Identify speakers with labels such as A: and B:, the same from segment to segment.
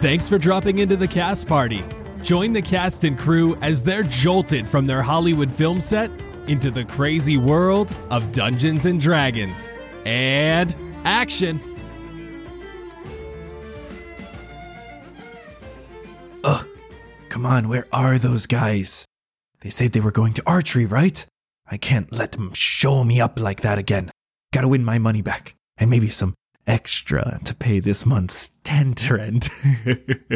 A: Thanks for dropping into the cast party. Join the cast and crew as they're jolted from their Hollywood film set into the crazy world of Dungeons and Dragons. And action!
B: Come on, where are those guys? They said they were going to archery, right? I can't let them show me up like that again. Gotta win my money back, and maybe some extra to pay this month's tent rent.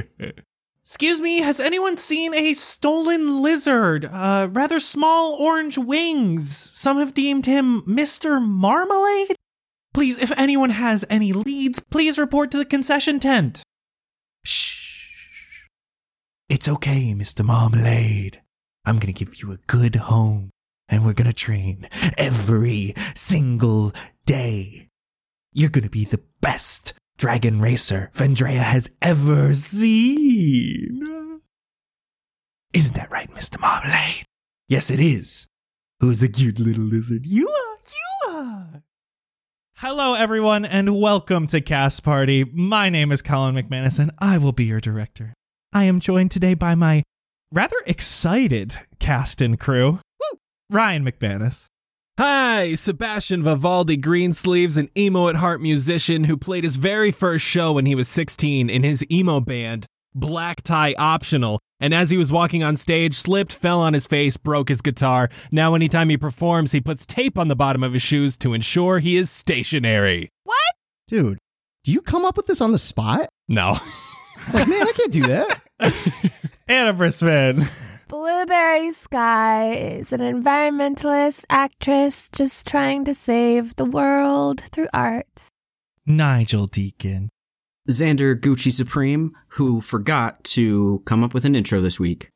C: Excuse me, has anyone seen a stolen lizard? Uh, rather small orange wings. Some have deemed him Mr. Marmalade? Please, if anyone has any leads, please report to the concession tent.
B: Shh. It's okay, Mr. Marmalade. I'm gonna give you a good home, and we're gonna train every single day. You're gonna be the best dragon racer Vendrea has ever seen. Isn't that right, Mr. Marmalade? Yes, it is. Who's a cute little lizard? You are, you are.
C: Hello, everyone, and welcome to Cast Party. My name is Colin McManus, and I will be your director. I am joined today by my rather excited cast and crew Woo! Ryan McManus,
A: Hi, Sebastian Vivaldi Greensleeves, an emo at heart musician who played his very first show when he was 16 in his emo band, Black Tie Optional. And as he was walking on stage, slipped, fell on his face, broke his guitar. Now, anytime he performs, he puts tape on the bottom of his shoes to ensure he is stationary.
D: Dude, do you come up with this on the spot?
A: No.
D: Like, man, I can't do that.
C: Anna Brisman.
E: Blueberry Sky is an environmentalist actress just trying to save the world through art.
C: Nigel Deacon.
F: Xander Gucci Supreme, who forgot to come up with an intro this week.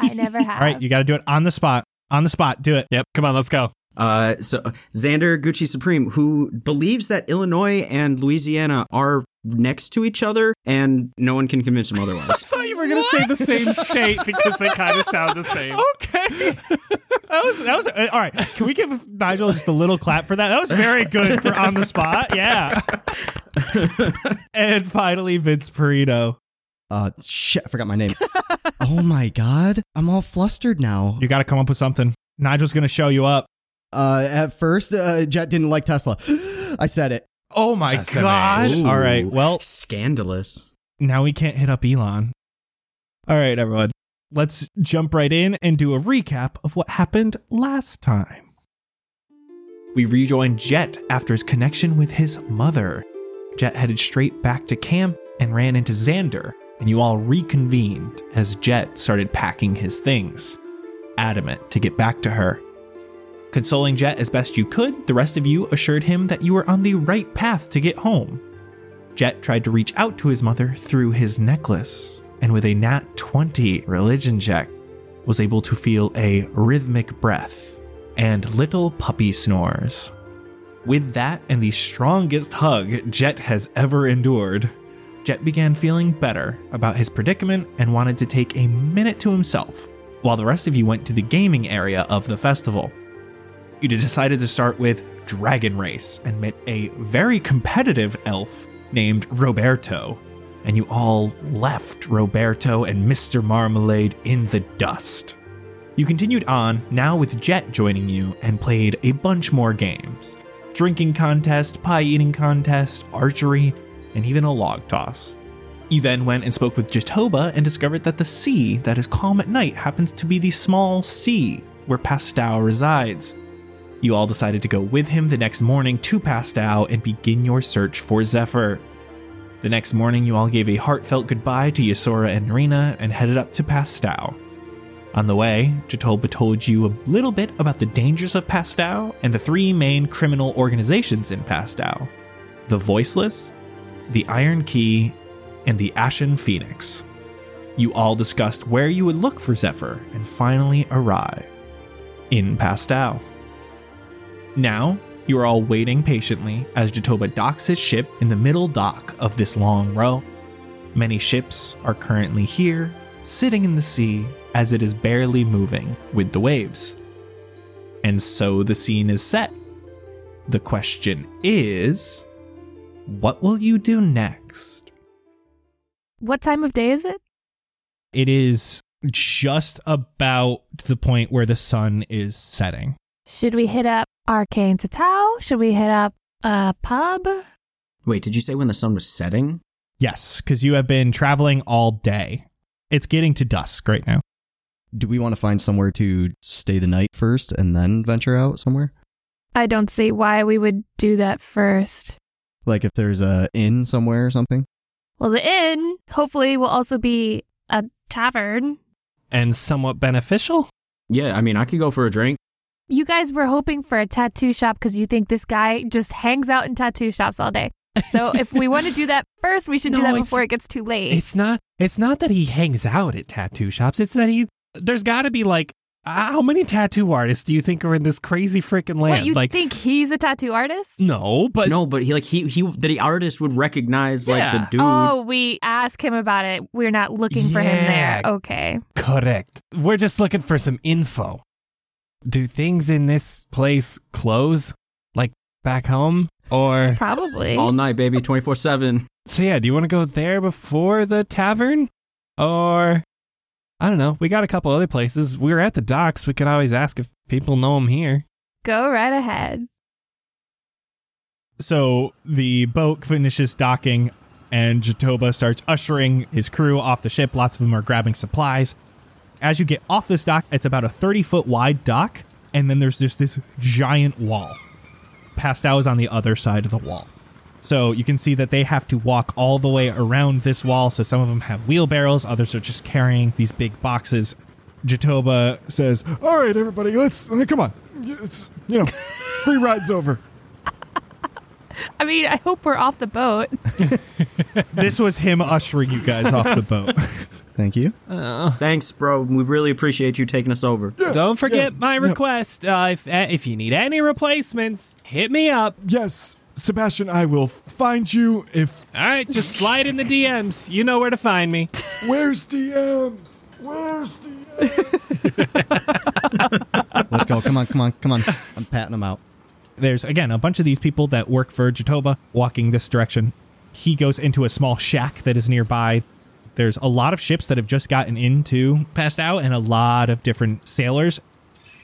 E: I never have.
C: All right, you got to do it on the spot. On the spot, do it.
A: Yep, come on, let's go.
F: Uh, so Xander Gucci Supreme, who believes that Illinois and Louisiana are next to each other, and no one can convince him otherwise.
G: thought you were going to say the same state because they kind of sound the same.
A: Oh,
C: Okay. That was that was uh, all right. Can we give Nigel just a little clap for that? That was very good for on the spot. Yeah. and finally, Vince Perino.
D: Uh, shit, I forgot my name. oh my god, I'm all flustered now.
C: You got to come up with something. Nigel's going to show you up.
D: Uh, at first, uh, Jet didn't like Tesla. I said it.
C: Oh my
A: SMA.
C: god!
F: Ooh.
C: All right. Well,
F: scandalous.
C: now we can't hit up Elon. All right, everyone. Let's jump right in and do a recap of what happened last time. We rejoin Jet after his connection with his mother. Jet headed straight back to camp and ran into Xander, and you all reconvened as Jet started packing his things, adamant to get back to her. Consoling Jet as best you could, the rest of you assured him that you were on the right path to get home. Jet tried to reach out to his mother through his necklace, and with a nat 20 religion check, was able to feel a rhythmic breath and little puppy snores. With that and the strongest hug Jet has ever endured, Jet began feeling better about his predicament and wanted to take a minute to himself, while the rest of you went to the gaming area of the festival you decided to start with Dragon Race and met a very competitive elf named Roberto, and you all left Roberto and Mr. Marmalade in the dust. You continued on, now with Jet joining you, and played a bunch more games drinking contest, pie eating contest, archery, and even a log toss. You then went and spoke with Jatoba and discovered that the sea that is calm at night happens to be the small sea where Pastow resides. You all decided to go with him the next morning to Pastow and begin your search for Zephyr. The next morning, you all gave a heartfelt goodbye to Yasora and Rena and headed up to Pastow. On the way, Jatoba told you a little bit about the dangers of Pastow and the three main criminal organizations in Pastow the Voiceless, the Iron Key, and the Ashen Phoenix. You all discussed where you would look for Zephyr and finally arrive in Pastow. Now, you are all waiting patiently as Jatoba docks his ship in the middle dock of this long row. Many ships are currently here, sitting in the sea as it is barely moving with the waves. And so the scene is set. The question is what will you do next?
E: What time of day is it?
C: It is just about the point where the sun is setting.
E: Should we hit up Arcane to Tao? Should we hit up a pub?
F: Wait, did you say when the sun was setting?
C: Yes, because you have been traveling all day. It's getting to dusk right now.
D: Do we want to find somewhere to stay the night first and then venture out somewhere?
E: I don't see why we would do that first.
D: Like if there's a inn somewhere or something?
E: Well, the inn hopefully will also be a tavern.
A: And somewhat beneficial?
F: Yeah, I mean, I could go for a drink.
E: You guys were hoping for a tattoo shop because you think this guy just hangs out in tattoo shops all day. So if we want to do that first, we should do
A: No,
E: that
A: it's-
E: before it gets too late.
A: It's not it's not that he hangs out at tattoo shops. It's that he there's got to be like how many tattoo artists do you think are in this crazy freaking land?
E: what you
A: like
E: think he's a tattoo artist?
A: no, but
F: no, but he like he he the artist would recognize like
A: Yeah.
F: the dude.
E: Oh, we ask him about it. We're not looking for him there.
A: Yeah.
E: Okay.
A: correct. We're just looking for some info. Do things in this place close like back home or
E: Probably.
F: All night, baby, twenty four seven.
A: So yeah, do you want to go there before the tavern, or I don't know? We got a couple other places. We were at the docks. We could always ask if people know them here.
E: Go right ahead.
C: So the boat finishes docking, and Jatoba starts ushering his crew off the ship. Lots of them are grabbing supplies. As you get off this dock, it's about a 30 foot wide dock, and then there's just this giant wall. Pastow is on the other side of the wall. So you can see that they have to walk all the way around this wall. So some of them have wheelbarrows, others are just carrying these big boxes. Jatoba says,
G: All right, everybody, let's come on. It's you know, free ride's over.
E: I mean, I hope we're off the boat.
C: This was him ushering you guys off the boat.
D: Thank you.
F: Uh, Thanks, bro. We really appreciate you taking us over.
A: Don't forget my request. Uh, if uh, if you need any replacements, hit me up.
G: Yes, Sebastian, I will find you if.
A: All right, just slide in the DMs. You know where to find me.
G: Where's DMs? Where's DMs?
D: Let's go. Come on, come on, come on. I'm patting him out.
C: there's again a bunch of these people that work for Jatoba walking this direction. He goes into a small shack that is nearby. There's a lot of ships that have just gotten into Pastow and a lot of different sailors.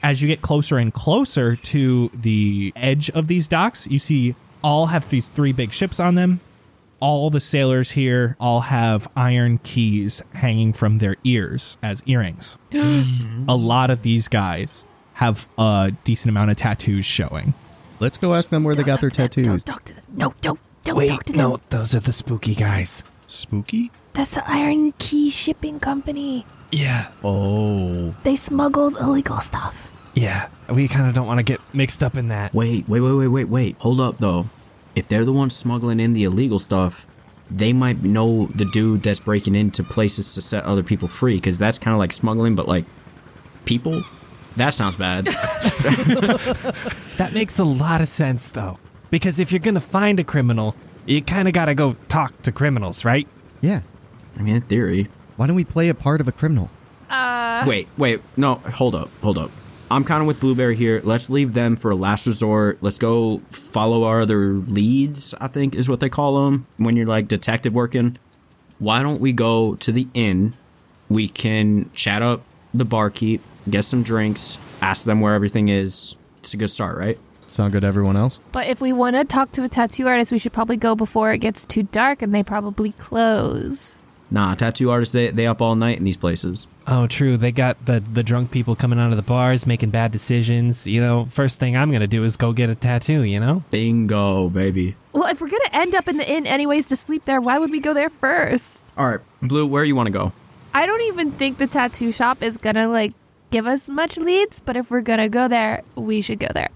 C: As you get closer and closer to the edge of these docks, you see all have these three big ships on them. All the sailors here all have iron keys hanging from their ears as earrings. a lot of these guys have a decent amount of tattoos showing.
D: Let's go ask them where they got their tattoos.
E: Don't talk to them. No, don't. Don't talk to them.
A: those are the spooky guys.
D: Spooky?
E: That's the Iron Key Shipping Company.
A: Yeah,
D: Oh.
E: They smuggled illegal stuff.
A: yeah. We kind of don't want to get mixed up in that.
F: Wait, wait, wait, wait, wait, wait. Hold up though. If they're the ones smuggling in the illegal stuff, they might know the dude that's breaking into places to set other people free because that's kind of like smuggling, but like people. That sounds bad.
A: That makes a lot of sense though, because if you're gonna find a criminal, you kind of gotta go talk to criminals, right?
D: Yeah.
F: I mean, in theory.
E: Uh,
D: Why don't we play a part of a criminal?
F: Wait, wait, no, hold up, hold up. I'm kind of with Blueberry here. Let's leave them for a last resort. Let's go follow our other leads, I think is what they call them when you're like detective working. Why don't we go to the inn? We can chat up the barkeep, get some drinks, ask them where everything is. It's a good start, right?
D: Sound good to everyone else?
E: But if we want to talk to a tattoo artist, we should probably go before it gets too dark and they probably close.
F: Nah, tattoo artists, they, they up all night in these places.
A: Oh, true. They got the the drunk people coming out of the bars, making bad decisions. You know, first thing I'm gonna do is go get a tattoo. You know,
F: Bingo, baby.
E: Well, if we're going to end up in the inn anyways to sleep there, why would we go there first?
F: All right, Blue, where you want to go?
E: I don't even think the tattoo shop is going to like give us much leads, but if we're going to go there, we should go there.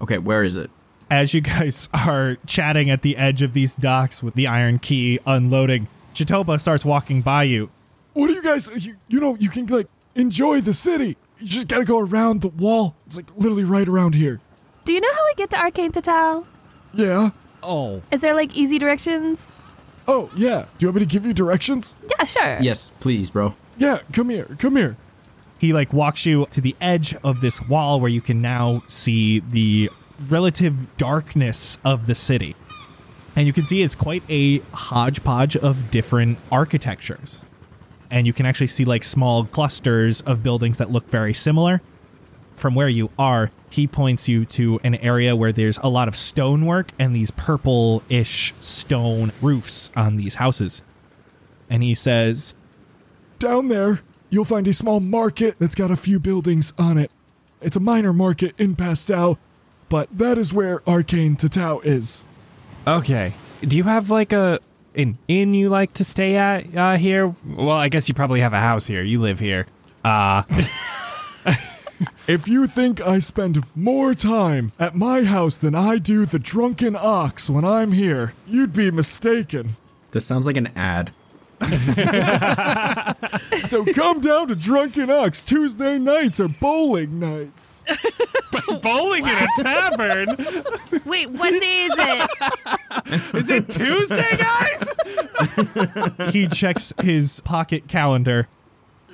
F: Okay, where is it?
C: As you guys are chatting at the edge of these docks with the iron key unloading, Chitoba starts walking by you.
G: What do you guys? You, you know, you can like enjoy the city. You just gotta go around the wall. It's like literally right around here.
E: Do you know how we get to Arcane Tatal?
G: Yeah.
E: Is there like easy directions?
G: Oh yeah. Do you want me to give you directions?
E: Yeah, sure.
F: Yes, please, bro.
G: Yeah. Come here. Come here.
C: He like walks you to the edge of this wall where you can now see the relative darkness of the city. And you can see it's quite a hodgepodge of different architectures. And you can actually see like small clusters of buildings that look very similar. From where you are, he points you to an area where there's a lot of stonework and these purple ish stone roofs on these houses. And he says,
G: Down there, you'll find a small market that's got a few buildings on it. It's a minor market in Pastau, but that is where Arcane Tatao is.
A: Okay. Do you have like a an inn you like to stay at uh, here? Well, I guess you probably have a house here. You live here. Uh,
G: If you think I spend more time at my house than I do the drunken ox when I'm here, you'd be mistaken.
F: This sounds like an ad.
G: So come down to Drunken Ox. Tuesday nights are bowling nights.
A: bowling in a tavern.
H: Wait, what day is it?
A: Is it Tuesday, guys?
C: he checks his pocket calendar.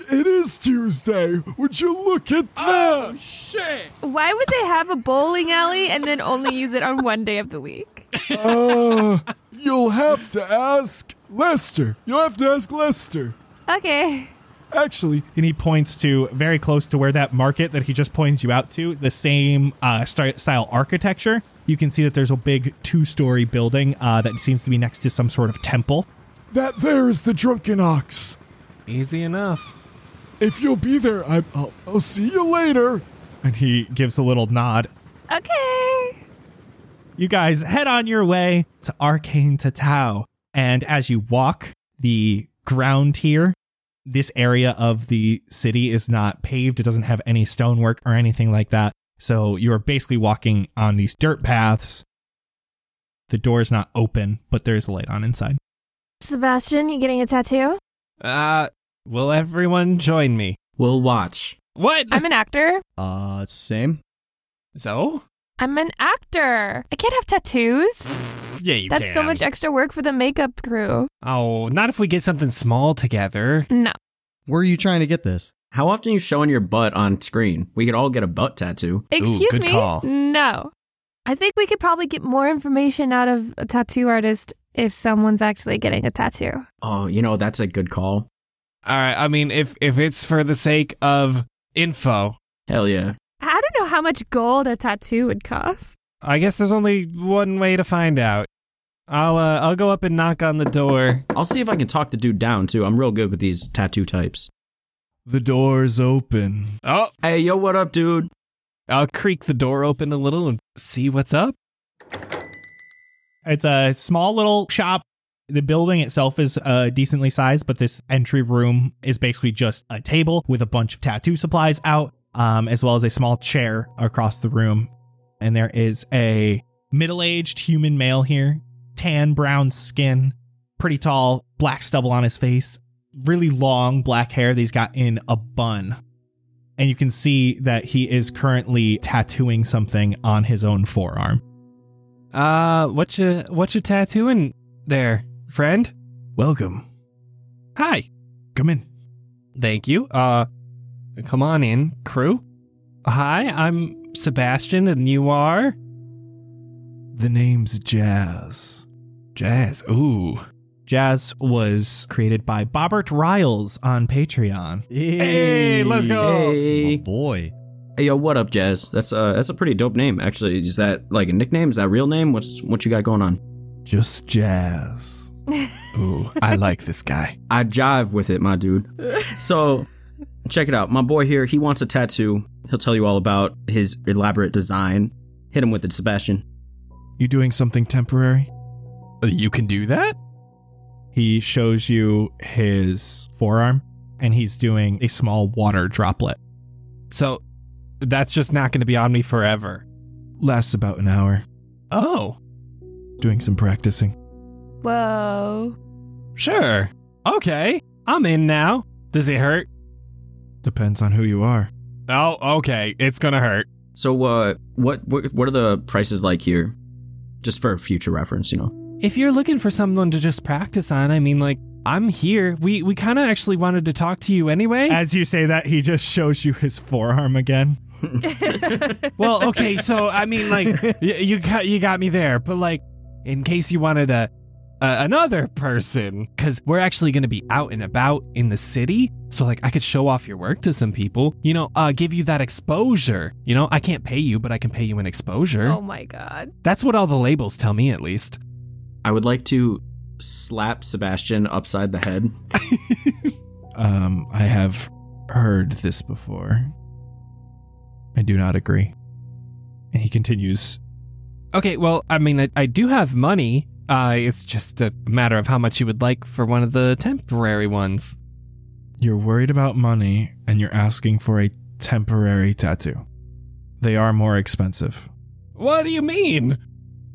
G: It is Tuesday. Would you look at
I: Oh,
G: that?
E: Why would they have a bowling alley and then only use it on one day of the week?
G: Uh, You'll have to ask Lester. You'll have to ask Lester.
E: Okay.
G: Actually,
C: And he points to very close to where that market that he just pointed you out to, the same uh, sty- style architecture. You can see that there's a big two story building uh, that seems to be next to some sort of temple.
G: that there is the Drunken Ox.
A: Easy enough.
G: If you'll be there, I, I'll, I'll see you later.
C: And he gives a little nod.
E: Okay.
C: You guys head on your way to Arcane Tatao. And as you walk the ground here, this area of the city is not paved. It doesn't have any stonework or anything like that. So you're basically walking on these dirt paths. The door is not open, but there is a light on inside.
E: Sebastian, you getting a tattoo?
A: Uh, will everyone join me?
F: We'll watch.
A: What?
E: I'm an actor.
D: Uh, same.
A: so?
E: I'm an actor. I can't have tattoos.
A: Yeah, you
E: That's so
A: can.
E: much extra work for the makeup crew.
A: Oh, not if we get something small together.
E: No.
D: Where are you trying to get this?
F: How often are you showing your butt on screen? We could all get a butt tattoo.
E: Excuse
A: good
E: me.
A: call.
E: No. I think we could probably get more information out of a tattoo artist if someone's actually getting a tattoo.
F: Oh, you know, that's a good call.
A: All right. I mean, if if it's for the sake of info,
F: Hell yeah.
E: I don't know how much gold a tattoo would cost.
A: I guess there's only one way to find out. I'll uh, I'll go up and knock on the door.
F: I'll see if I can talk the dude down too. I'm real good with these tattoo types.
G: The door's open.
A: Oh,
F: Hey, yo, what up, dude?
A: I'll creak the door open a little and see what's up.
C: It's a small little shop. The building itself is uh, decently sized, but this entry room is basically just a table with a bunch of tattoo supplies out, um, as well as a small chair across the room. And there is a middle aged human male here, tan brown skin, pretty tall, black stubble on his face, really long black hair that he's got in a bun. And you can see that he is currently tattooing something on his own forearm.
A: Uh, what you what you tattooing there, friend?
G: Welcome.
A: Hi.
G: Come in.
A: Thank you. Uh, come on in, crew. Hi, I'm Sebastian, and you are?
G: The name's Jazz.
A: Jazz, ooh.
C: Jazz was created by Bobbert Riles on Patreon. Hey, let's go.
D: Oh, boy.
F: Hey, yo, what up, Jazz? That's uh, that's a pretty dope name, actually. Is that like a nickname? Is that a real name? What's what you got going on?
G: Just Jazz. Ooh, I like this guy.
F: I jive with it, my dude. So, check it out. My boy here, he wants a tattoo. He'll tell you all about his elaborate design. Hit him with it, Sebastian.
G: You doing something temporary?
A: Uh, You can do that?
C: He shows you his forearm and he's doing a small water droplet.
A: So, that's just not going to be on me forever.
G: Lasts about an hour.
A: Oh,
G: Doing some practicing.
E: Whoa.
A: sure. Okay, I'm in now. Does it hurt?
G: Depends on who you are.
A: Oh, okay. It's going to hurt.
F: So, uh, what, what what are the prices like here? Just for future reference, you know.
A: If you're looking for someone to just practice on, I mean, like, I'm here. We we kind of actually wanted to talk to you anyway.
C: As you say that, he just shows you his forearm again.
A: well, okay, so I mean, like, y- you got you got me there, but like, in case you wanted a, a another person, because we're actually going to be out and about in the city, so like, I could show off your work to some people, you know, uh, give you that exposure. You know, I can't pay you, but I can pay you an exposure.
H: Oh my god.
A: That's what all the labels tell me, at least.
F: I would like to slap Sebastian upside the head.
G: Um, I have heard this before. I do not agree.
C: And he continues,
A: Okay, well, I mean, I, I do have money. Uh, it's just a matter of how much you would like for one of the temporary ones.
G: You're worried about money and you're asking for a temporary tattoo. They are more expensive.
A: What do you mean?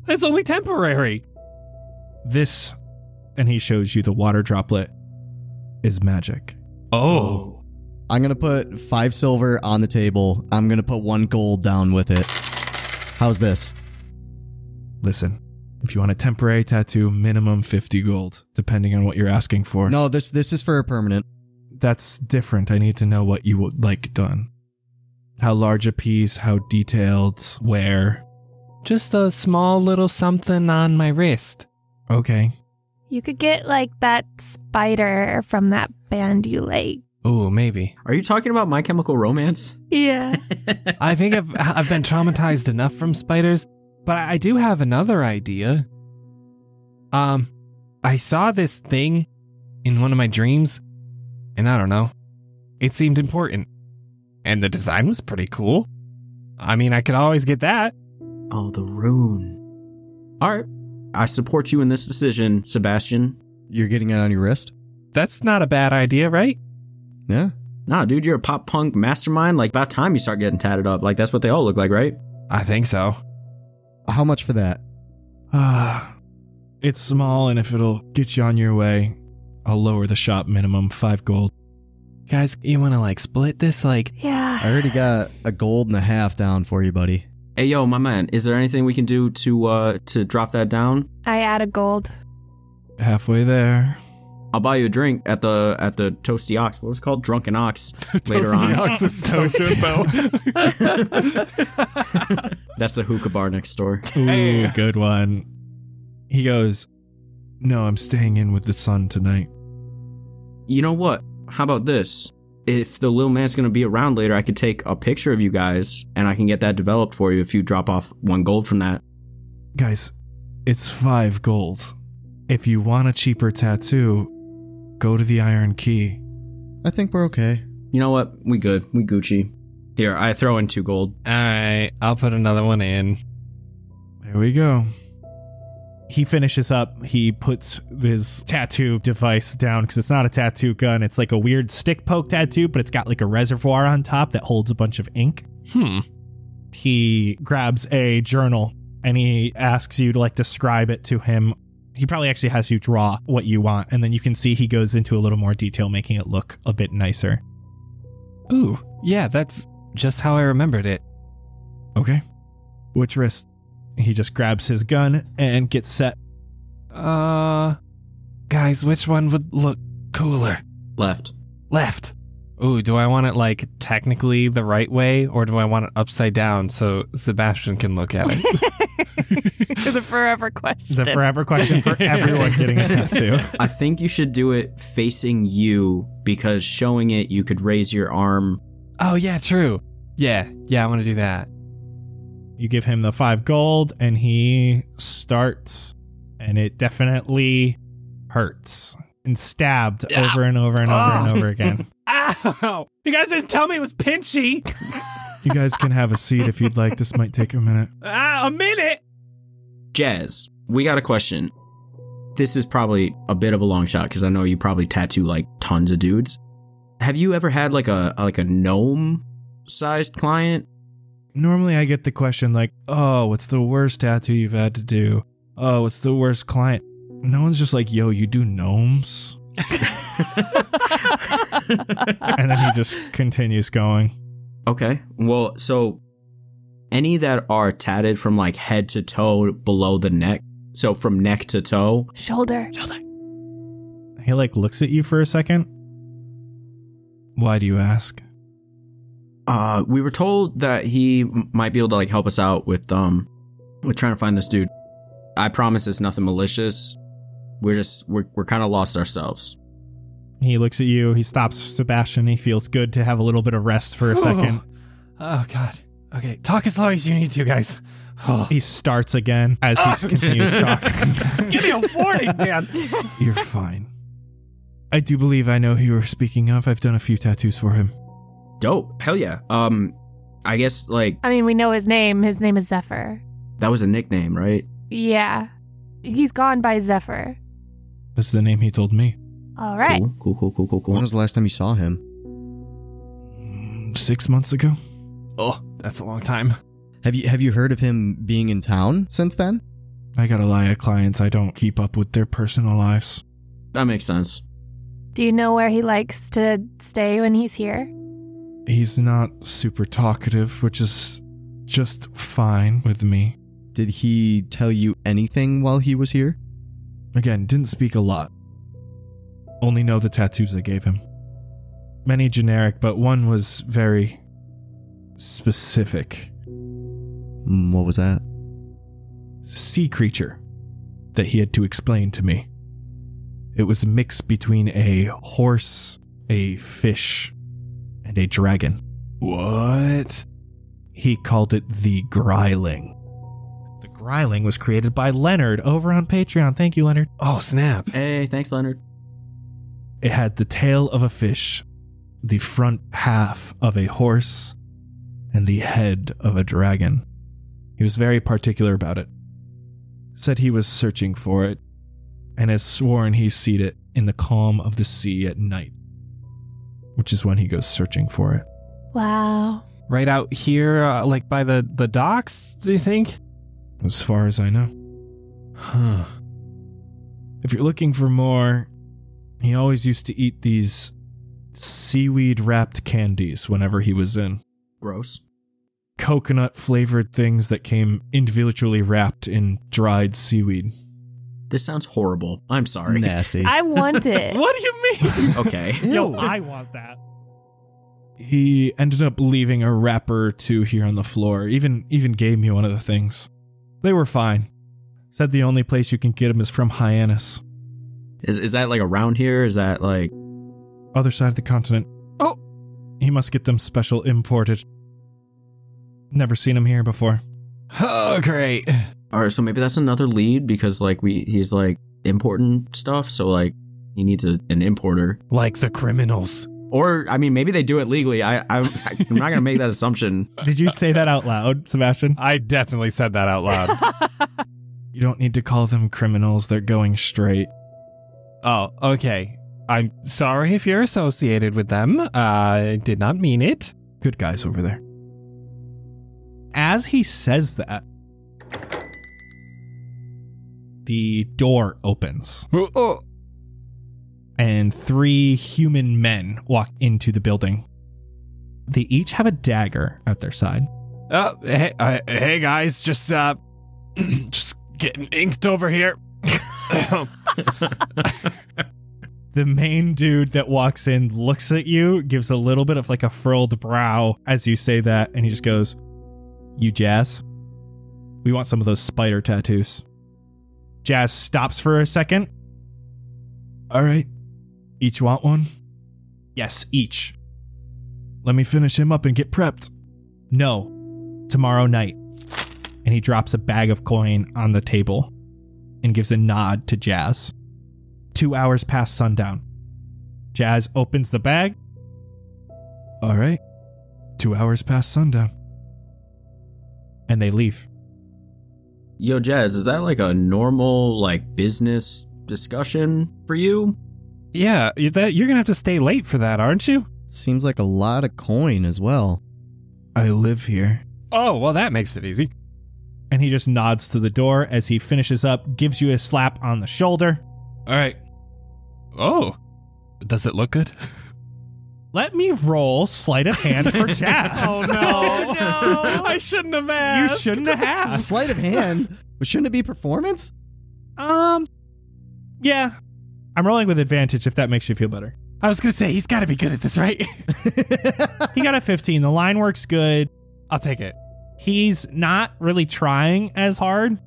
A: It's only temporary.
G: This
C: and he shows you the water droplet.
G: is magic.
A: Oh.
D: I'm going to put five silver on the table. I'm going to put one gold down with it. How's this?
G: Listen, if you want a temporary tattoo, minimum 50 gold, depending on what you're asking for.
D: No, this this is for a permanent.
G: That's different. I need to know what you would like done. How large a piece, how detailed, where.
A: Just a small little something on my wrist.
G: Okay.
E: You could get like that spider from that band you like.
A: Ooh, maybe.
F: Are you talking about My Chemical Romance?
E: Yeah.
A: I think I've I've been traumatized enough from spiders, but I do have another idea. Um, I saw this thing in one of my dreams, and I don't know, it seemed important, and the design was pretty cool. I mean, I could always get that.
F: Oh, the rune. All right. I support you in this decision, Sebastian.
D: You're getting it on your wrist?
A: That's not a bad idea, right?
D: Yeah.
F: Nah, dude, you're a pop punk mastermind. Like, about time you start getting tatted up. Like, that's what they all look like, right?
A: I think so.
D: How much for that?
G: Ah, it's small, and if it'll get you on your way, I'll lower the shop minimum five gold.
A: Guys, you want to like split this? Like,
E: yeah.
D: I already got a gold and a half down for you, buddy.
F: Hey, yo, my man, is there anything we can do to uh to drop that down?
E: I add a gold.
G: Halfway there.
F: I'll buy you a drink at the at the Toasty Ox. What was it called? Drunken Ox. later on,
A: so simple.
F: that's the hookah bar next door.
C: Ooh, good one.
G: He goes, No, I'm staying in with the sun tonight.
F: You know what? How about this? If the little man's gonna be around later, I could take a picture of you guys and I can get that developed for you if you drop off one gold from that.
G: Guys, it's five gold. If you want a cheaper tattoo, go to the Iron Key.
D: I think we're okay.
F: You know what? We good. We Gucci. Here, I throw in two gold.
A: All right, I'll put another one in.
G: There we go.
C: He finishes up. He puts his tattoo device down because it's not a tattoo gun. It's like a weird stick poke tattoo, but it's got like a reservoir on top that holds a bunch of ink.
A: Hmm.
C: He grabs a journal and he asks you to like describe it to him. He probably actually has you draw what you want, and then you can see he goes into a little more detail, making it look a bit nicer.
A: Ooh, yeah, that's just how I remembered it.
G: Okay. Which wrist?
C: He just grabs his gun and gets set.
A: Uh, guys, which one would look cooler?
F: Left.
A: Left. Ooh, do I want it like technically the right way or do I want it upside down so Sebastian can look at it?
H: the forever question.
A: Is a forever question for everyone getting a tattoo.
F: I think you should do it facing you because showing it, you could raise your arm.
A: Oh, yeah, true. Yeah, yeah, I want to do that.
C: You give him the five gold, and he starts, and it definitely hurts and stabbed over and over and over
A: Oh.
C: and over again.
A: Ow! You guys didn't tell me it was pinchy.
G: You guys can have a seat if you'd like. This might take a minute.
A: Ah, a minute.
F: Jazz, we got a question. This is probably a bit of a long shot because I know you probably tattoo like tons of dudes. Have you ever had like a like a gnome sized client?
G: Normally, I get the question like, oh, what's the worst tattoo you've had to do? Oh, what's the worst client? No one's just like, yo, you do gnomes?
C: and then he just continues going.
F: Okay. Well, so any that are tatted from like head to toe below the neck, so from neck to toe,
E: Shoulder.
C: He like looks at you for a second.
G: Why do you ask?
F: uh, we were told that he m- might be able to like help us out with um with trying to find this dude. I promise it's nothing malicious. We're just we're we're kind of lost ourselves.
C: He looks at you. He stops Sebastian. He feels good to have a little bit of rest for a second.
A: Oh, God. Okay, talk as long as you need to, guys.
C: He starts again as he continues talking.
A: Give me a warning, man.
G: You're fine. I do believe I know who you're speaking of. I've done a few tattoos for him.
F: Dope. Hell yeah. Um, I guess like
E: I mean, we know his name. His name is Zephyr.
F: that was a nickname, right?
E: Yeah. He's gone by Zephyr.
G: That's the name he told me.
E: All right.
F: Cool. Cool. Cool. Cool. Cool.
D: When
F: cool.
D: was the last time you saw him?
G: Six months ago?
A: Oh, that's a long time.
D: Have you have you heard of him being in town since then?
G: I gotta lie at clients, I don't keep up with their personal lives.
F: That makes sense.
E: Do you know where he likes to stay when he's here?
G: He's not super talkative, which is just fine with me.
D: Did he tell you anything while he was here?
G: Again, didn't speak a lot. Only know the tattoos I gave him. Many generic, but one was very specific.
D: Mm, What was that?
G: sea creature that he had to explain to me. It was a mix between a horse, a fish, and a dragon.
A: What?
G: He called it the Gryling.
C: The Gryling was created by Leonard over on Patreon. Thank you, Leonard.
A: Oh, snap.
F: Hey, thanks, Leonard.
G: It had the tail of a fish, the front half of a horse, and the head of a dragon. He was very particular about it. Said he was searching for it, and has sworn he's seen it in the calm of the sea at night, which is when he goes searching for it.
E: Wow.
A: Right out here, uh, like by the, the docks, do you think?
G: As far as I know. If you're looking for more, he always used to eat these seaweed wrapped candies whenever he was in.
F: Gross.
G: Coconut flavored things that came individually wrapped in dried seaweed.
F: This sounds horrible. I'm sorry.
D: Nasty.
E: I want it.
A: What do you mean?
F: Okay.
C: Yo, I want that.
G: He ended up leaving a wrapper or two here on the floor, even even gave me one of the things. They were fine. Said the only place you can get them is from Hyannis,
F: Is, is that like around here? Is that like
G: other side of the continent.
E: Oh.
G: He must get them special imported. Never seen him here before.
A: Oh, great.
F: all right? So maybe that's another lead because like we he's like importing stuff. So like he needs a, an importer.
A: Like the criminals.
F: Or I mean, maybe they do it legally. I, I I'm not gonna make that assumption.
C: Did you say that out loud, Sebastian?
A: I definitely said that out loud.
G: You don't need to call them criminals, they're going straight.
A: Oh, okay. I'm sorry if you're associated with them. Uh, I did not mean it.
G: Good guys over there.
C: As he says that, the door opens
H: Oh.
C: and three human men walk into the building. They each have a dagger at their side.
A: Oh, hey, uh, hey guys, just uh, just getting inked over here.
C: The main dude that walks in looks at you, gives a little bit of like a furled brow as you say that, and he just goes, You Jazz? We want some of those spider tattoos. Jazz stops for a second.
G: All right. Each want one?
C: Yes, each.
G: Let me finish him up and get prepped.
C: No. Tomorrow night. And he drops a bag of coin on the table and gives a nod to Jazz. Two hours past sundown. Jazz opens the bag.
G: All right. Two hours past sundown.
C: And they leave.
F: Yo, Jazz, is that like a normal like business discussion for you?
I: Yeah, that you're gonna have to stay late for that, aren't you?
D: Seems like a lot of coin as well.
G: I live here.
I: Oh, well, that makes it easy.
C: And he just nods to the door as he finishes up, gives you a slap on the shoulder.
G: All right.
I: Oh, does it look good?
C: Let me roll sleight of hand for Jazz.
I: oh, no. no. I shouldn't have asked.
C: You shouldn't have asked.
D: sleight of hand? Shouldn't it be performance?
C: Um, yeah. I'm rolling with advantage if that makes you feel better.
I: I was going to say, he's got to be good at this, right?
C: he got a 15. The line works good.
I: I'll take it.
C: He's not really trying as hard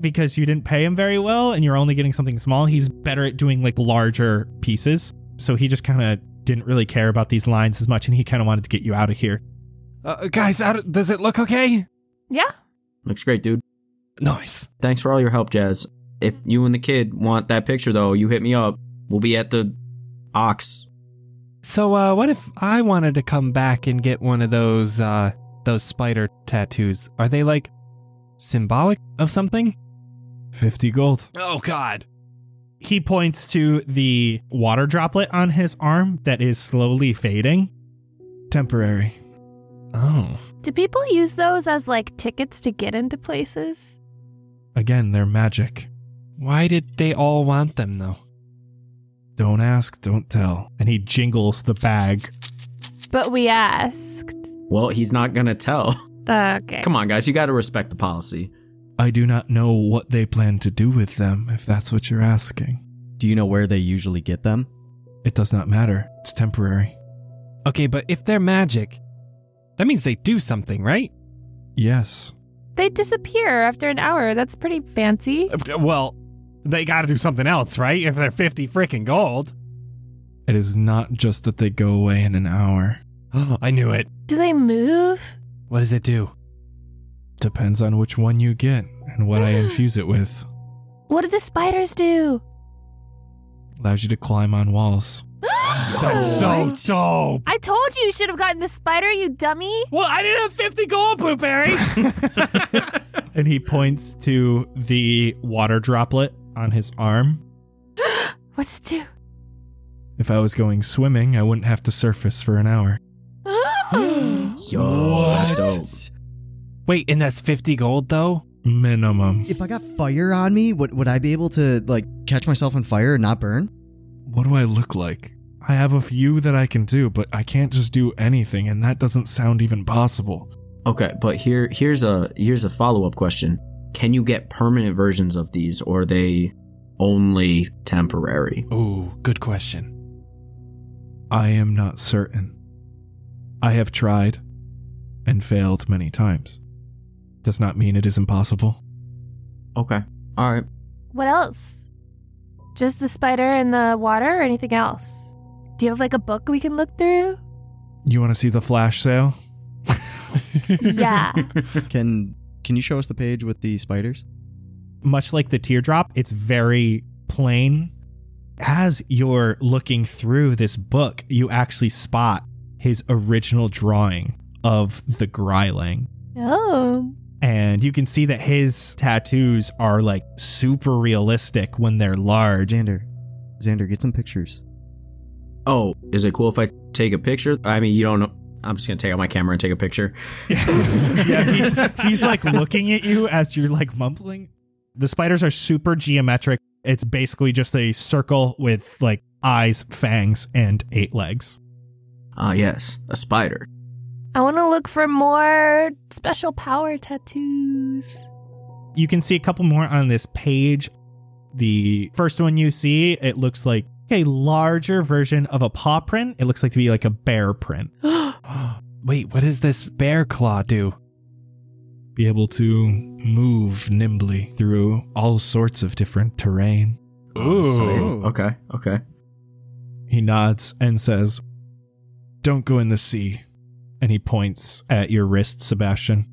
C: because you didn't pay him very well and you're only getting something small. He's better at doing like larger pieces. So he just kind of didn't really care about these lines as much and he kind of wanted to get you out of here.
I: Uh, guys, out, does it look okay?
E: Yeah.
F: Looks great, dude.
I: Nice.
F: Thanks for all your help, Jazz. If you and the kid want that picture, though, you hit me up. We'll be at the Ox.
I: So, uh, what if I wanted to come back and get one of those, uh, those spider tattoos? Are they like symbolic of something?
G: 50 gold.
I: Oh, God.
C: He points to the water droplet on his arm that is slowly fading.
G: Temporary.
I: Oh.
E: Do people use those as like tickets to get into places?
G: Again, they're magic.
I: Why did they all want them though?
G: Don't ask, don't tell.
C: And he jingles the bag.
E: But we asked.
F: Well, he's not gonna tell.
E: Okay.
F: Come on, guys, you gotta respect the policy.
G: I do not know what they plan to do with them, if that's what you're asking.
D: Do you know where they usually get them?
G: It does not matter. It's temporary.
I: Okay, but if they're magic, that means they do something, right?
G: Yes.
E: They disappear after an hour. That's pretty fancy.
A: Uh,
I: Well, they got to do something else, right? If they're 50 freaking gold.
G: It is not just that they go away in an hour.
I: Oh, I knew it.
E: Do they move?
I: What does it do?
G: Depends on which one you get and what I infuse it with.
E: What do the spiders do?
G: Allows you to climb on walls.
I: That's so dope.
E: I told you you should have gotten the spider, you dummy.
I: Well, I didn't have 50 gold, Blueberry.
C: and he points to the water droplet on his arm.
E: What's it do?
G: If I was going swimming, I wouldn't have to surface for an hour.
F: Yo, what? Dope.
I: Wait, and that's 50 gold though?
G: Minimum.
D: If I got fire on me, would, would I be able to like catch myself on fire and not burn?
G: What do I look like? I have a few that I can do, but I can't just do anything, and that doesn't sound even possible.
F: Okay, but here here's a here's a follow up question. Can you get permanent versions of these, or are they only temporary?
I: Ooh, good question.
G: I am not certain. I have tried and failed many times. Does not mean it is impossible.
F: Okay. All right.
E: What else? Just the spider and the water, or anything else? Do you have like a book we can look through?
G: You want to see the flash sale?
E: yeah.
D: Can can you show us the page with the spiders?
C: Much like the teardrop, it's very plain. As you're looking through this book, you actually spot his original drawing of the Gryling.
E: Oh.
C: And you can see that his tattoos are like super realistic when they're large.
D: Xander, Xander, get some pictures
F: oh, is it cool if I take a picture? I mean, you don't know. I'm just gonna take out my camera and take a picture.
C: yeah, yeah he's, he's, like looking at you as you're like mumbling. The spiders are super geometric. It's basically just a circle with like eyes, fangs, and eight legs.
F: Ah, uh, yes, a spider.
E: I want to look for more special power tattoos.
C: You can see a couple more on this page. The first one you see, it looks like a larger version of a paw print. It looks like to be like a bear print.
I: Wait, what does this bear claw do?
G: Be able to move nimbly through all sorts of different terrain.
F: Ooh. Okay, okay.
G: He nods and says, Don't go in the sea. And he points at your wrist, Sebastian.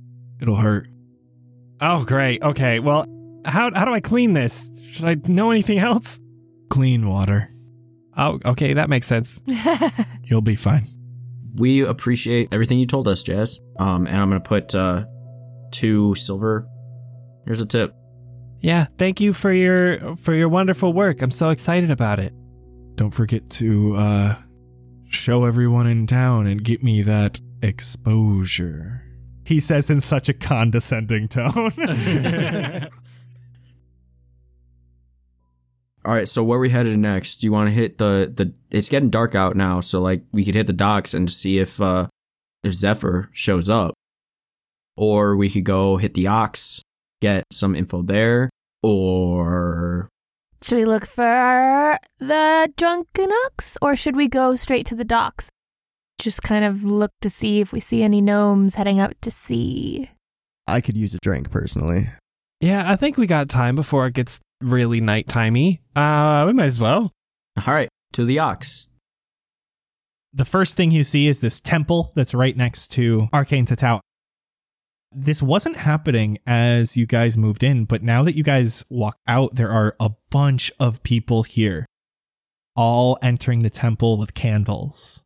G: It'll hurt.
I: Oh, great. Okay. Well, how how do I clean this? Should I know anything else?
G: Clean water.
I: Oh, okay. That makes sense.
G: You'll be fine.
F: We appreciate everything you told us, Jazz. Um, and I'm gonna put uh, two silver. Here's a tip.
I: Yeah. Thank you for your for your wonderful work. I'm so excited about it.
G: Don't forget to uh, show everyone in town and get me that exposure.
C: He says in such a condescending tone.
F: All right, so where we headed next? Do you want to hit the the? It's getting dark out now, so like we could hit the docks and see if uh if Zephyr shows up, or we could go hit the Ox, get some info there, or
E: Should we look for the drunken ox or should we go straight to the docks? Just kind of look to see if we see any gnomes heading out to sea.
D: I could use a drink personally.
I: Yeah, I think we got time before it gets really nighttimey. Uh, we might as well.
F: all right to the Ox.
C: the first thing you see is this temple that's right next to Arcane Tatao. This wasn't happening as you guys moved in, but now that you guys walk out, there are a bunch of people here, all entering the temple with candles.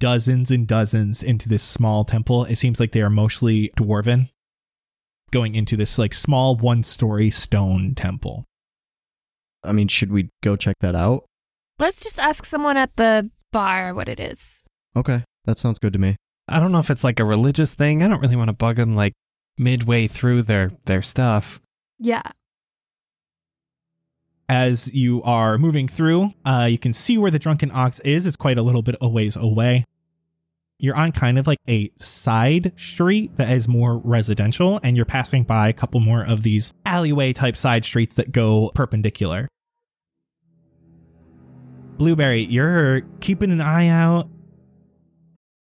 C: Dozens and dozens into this small temple. It seems like they are mostly dwarven, going into this like small one story stone temple.
D: I mean, should we go check that out?
E: Let's just ask someone at the bar what it is.
D: Okay, that sounds good to me.
I: I don't know if it's like a religious thing. I don't really want to bug them like midway through their their stuff.
E: Yeah.
C: as you are moving through. Uh, you can see where the Drunken Ox is. It's quite a little bit a ways away. You're on kind of like a side street that is more residential, and you're passing by a couple more of these alleyway type side streets that go perpendicular. Blueberry, you're keeping an eye out.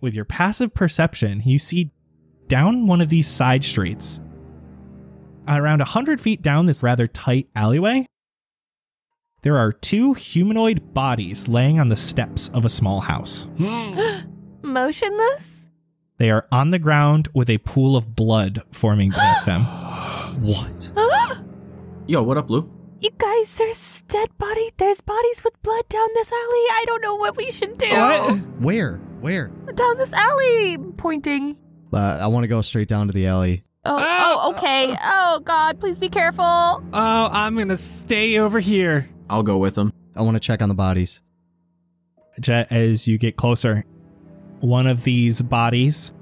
C: with your passive perception, you see down one of these side streets, around 100 feet down this rather tight alleyway, there are two humanoid bodies laying on the steps of a small house.
E: Motionless?
C: They are on the ground with a pool of blood forming beneath them.
D: What?
F: Yo, what up, Blue?
E: You guys, there's dead body. There's bodies with blood down this alley. I don't know what we should do.
D: Where? Where?
E: Down this alley, pointing.
D: Uh, I want to go straight down to the alley.
E: Oh, oh, okay. Oh God, please be careful.
I: Oh, I'm gonna stay over here.
F: I'll go with him.
D: I want to check on the bodies.
C: Jet, as you get closer, one of these bodies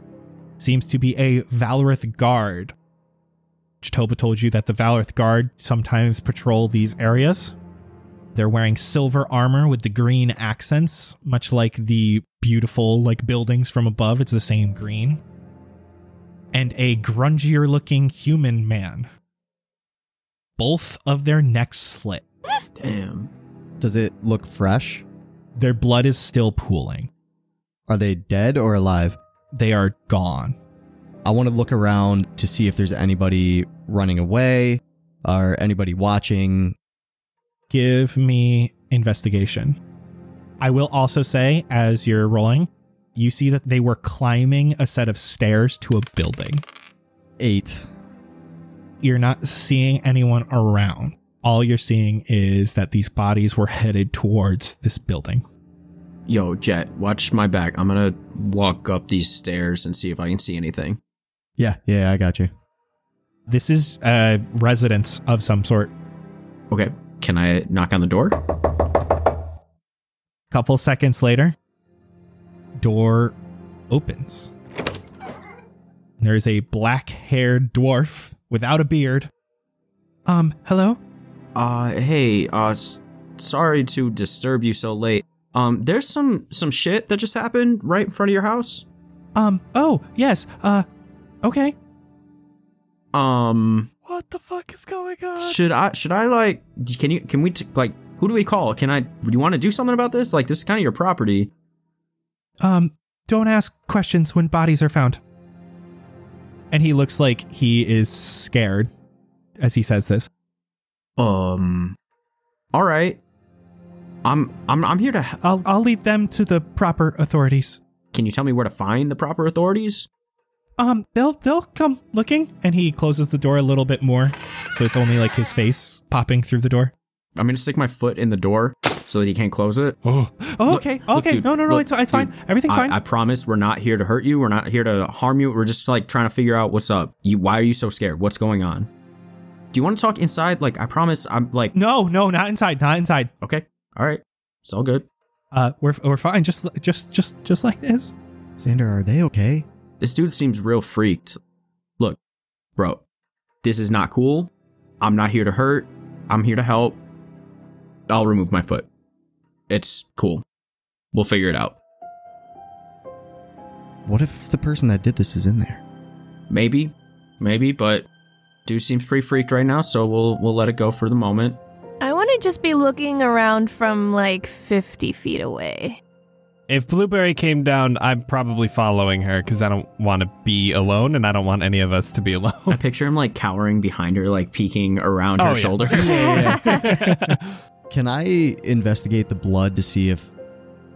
C: seems to be a Valorith guard. Chitoba told you that the Valorith guard sometimes patrol these areas. They're wearing silver armor with the green accents, much like the beautiful like buildings from above. It's the same green. And a grungier looking human man. Both of their necks slit.
F: Damn.
D: Does it look fresh?
C: Their blood is still pooling.
D: Are they dead or alive?
C: They are gone.
D: I want to look around to see if there's anybody running away or anybody watching.
C: Give me investigation. I will also say, as you're rolling, you see that they were climbing a set of stairs to a building.
D: Eight.
C: You're not seeing anyone around. All you're seeing is that these bodies were headed towards this building.
F: Yo, Jet, watch my back. I'm gonna walk up these stairs and see if I can see anything.
D: Yeah, yeah, I got you.
C: This is a residence of some sort.
F: Okay, can I knock on the door?
C: Couple seconds later, door opens. There is a black-haired dwarf without a beard. Um, hello?
F: Uh, hey, uh, s- sorry to disturb you so late. Um, there's some some shit that just happened right in front of your house.
C: Um, oh, yes. Uh, okay.
F: Um,
I: What the fuck is going on?
F: should I should I like can you can we t- like who do we call? Can I do you want to do something about this? Like this is kind of your property.
C: Um, don't ask questions when bodies are found. And he looks like he is scared as he says this.
F: Um, all right. I'm I'm I'm here to.
C: I'll I'll leave them to the proper authorities.
F: Can you tell me where to find the proper authorities?
C: Um, they'll they'll come looking, and he closes the door a little bit more, so it's only like his face popping through the door.
F: I'm gonna stick my foot in the door so that he can't close it.
C: Oh,
F: Look-
C: okay,
F: look,
C: okay,
F: dude,
C: no, no, no,
F: look,
C: it's, it's fine.
F: dude,
C: Everything's
F: I,
C: fine.
F: I promise we're not here to hurt you. We're not here to harm you. We're just like trying to figure out what's up. You, why are you so scared? What's going on? Do you want to talk inside? Like, I promise I'm like,
C: no, no, not inside, not inside.
F: okay, all right, it's all good.
C: Uh, we're we're fine. Just just just just like this.
D: Xander, are they okay?
F: This dude seems real freaked. Look, bro, this is not cool. I'm not here to hurt. I'm here to help. I'll remove my foot. It's cool. We'll figure it out.
D: What if the person that did this is in there?
F: Maybe, maybe, but dude seems pretty freaked right now, so we'll we'll let it go for the moment.
E: I want to just be looking around from like 50 feet away.
I: If Blueberry came down, I'm probably following her because I don't want to be alone and I don't want any of us to be alone.
F: I picture him like cowering behind her, like peeking around
I: Oh,
F: her
I: yeah.
F: shoulder.
D: Can I investigate the blood to see if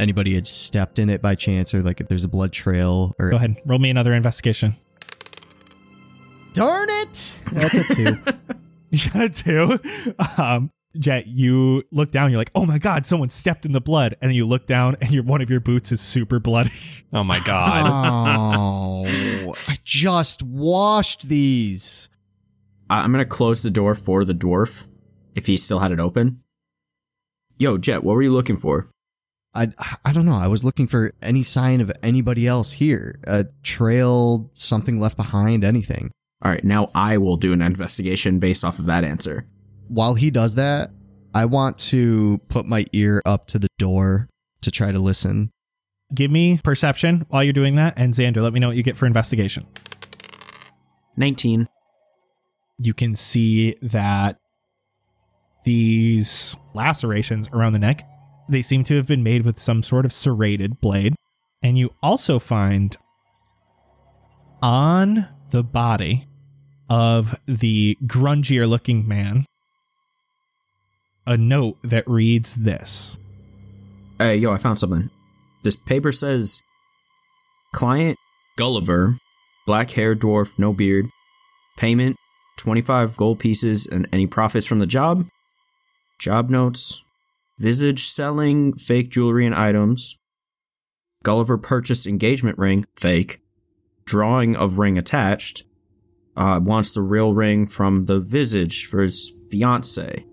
D: anybody had stepped in it by chance or like if there's a blood trail or
C: Go ahead, roll me another investigation.
D: Darn it! That's a two.
C: You got a two. Um, Jet, you look down. You're like, oh my god, someone stepped in the blood, and then you look down, and your one of your boots is super bloody.
I: Oh my
D: oh, I just washed these.
F: I- I'm gonna close the door for the dwarf if he still had it open. Yo, Jet, what were you looking for?
D: I, I don't know. I was looking for any sign of anybody else here. A trail, something left behind, anything.
F: All right, now I will do an investigation based off of that answer.
D: While he does that, I want to put my ear up to the door to try to listen.
C: Give me perception while you're doing that, and Xander, let me know what you get for investigation.
F: 19.
C: You can see that these lacerations around the neck, they seem to have been made with some sort of serrated blade. And you also find on the body of the grungier looking man a note that reads this.
F: Hey, yo, I found something. This paper says Client Gulliver, black hair dwarf, no beard, payment 25 gold pieces and any profits from the job, job notes, visage selling fake jewelry and items, Gulliver purchased engagement ring, fake, drawing of ring attached, uh, wants the real ring from the visage for his fiance.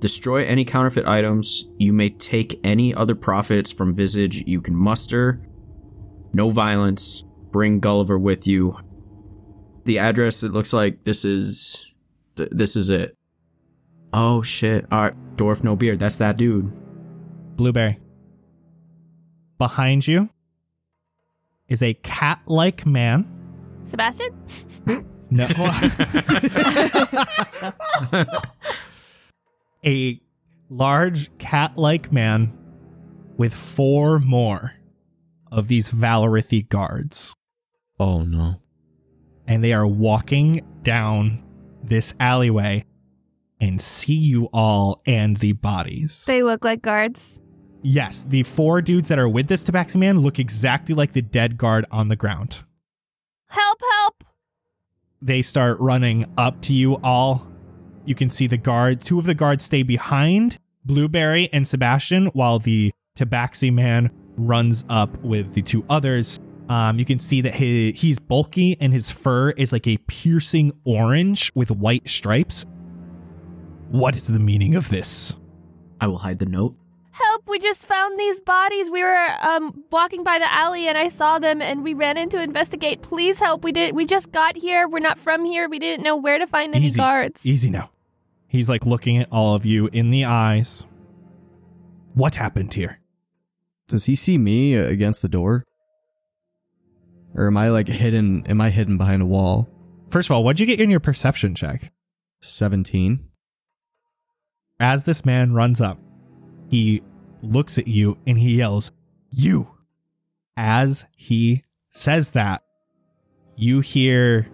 F: Destroy any counterfeit items. You may take any other profits from Visage you can muster. No violence. Bring Gulliver with you. The address, it looks like this is. th- this is it. Oh shit. Alright, Dwarf No Beard. That's that dude.
C: Blueberry. Behind you is a cat like man.
E: Sebastian?
C: No. a large cat like man with four more of these Valorithi guards.
D: Oh no.
C: And they are walking down this alleyway and see you all and the bodies.
E: They look like guards.
C: Yes, the four dudes that are with this Tabaxi man look exactly like the dead guard on the ground.
E: Help, help!
C: They start running up to you all. You can see the guard. Two of the guards stay behind Blueberry and Sebastian, while the Tabaxi man runs up with the two others. Um, you can see that he, he's bulky and his fur is like a piercing orange with white stripes. What is the meaning of this?
F: I will hide the note.
E: Help, we just found these bodies. We were um walking by the alley and I saw them and we ran in to investigate. Please help. We did we just got here. We're not from here. We didn't know where to find any
C: Easy.
E: guards.
C: Easy now. He's like looking at all of you in the eyes. What happened here?
D: Does he see me uh, against the door? Or am I like hidden? Am I hidden behind a wall?
C: First of all, what'd you get in your perception check?
D: 17.
C: As this man runs up, he looks at you and he yells, You! As he says that, you hear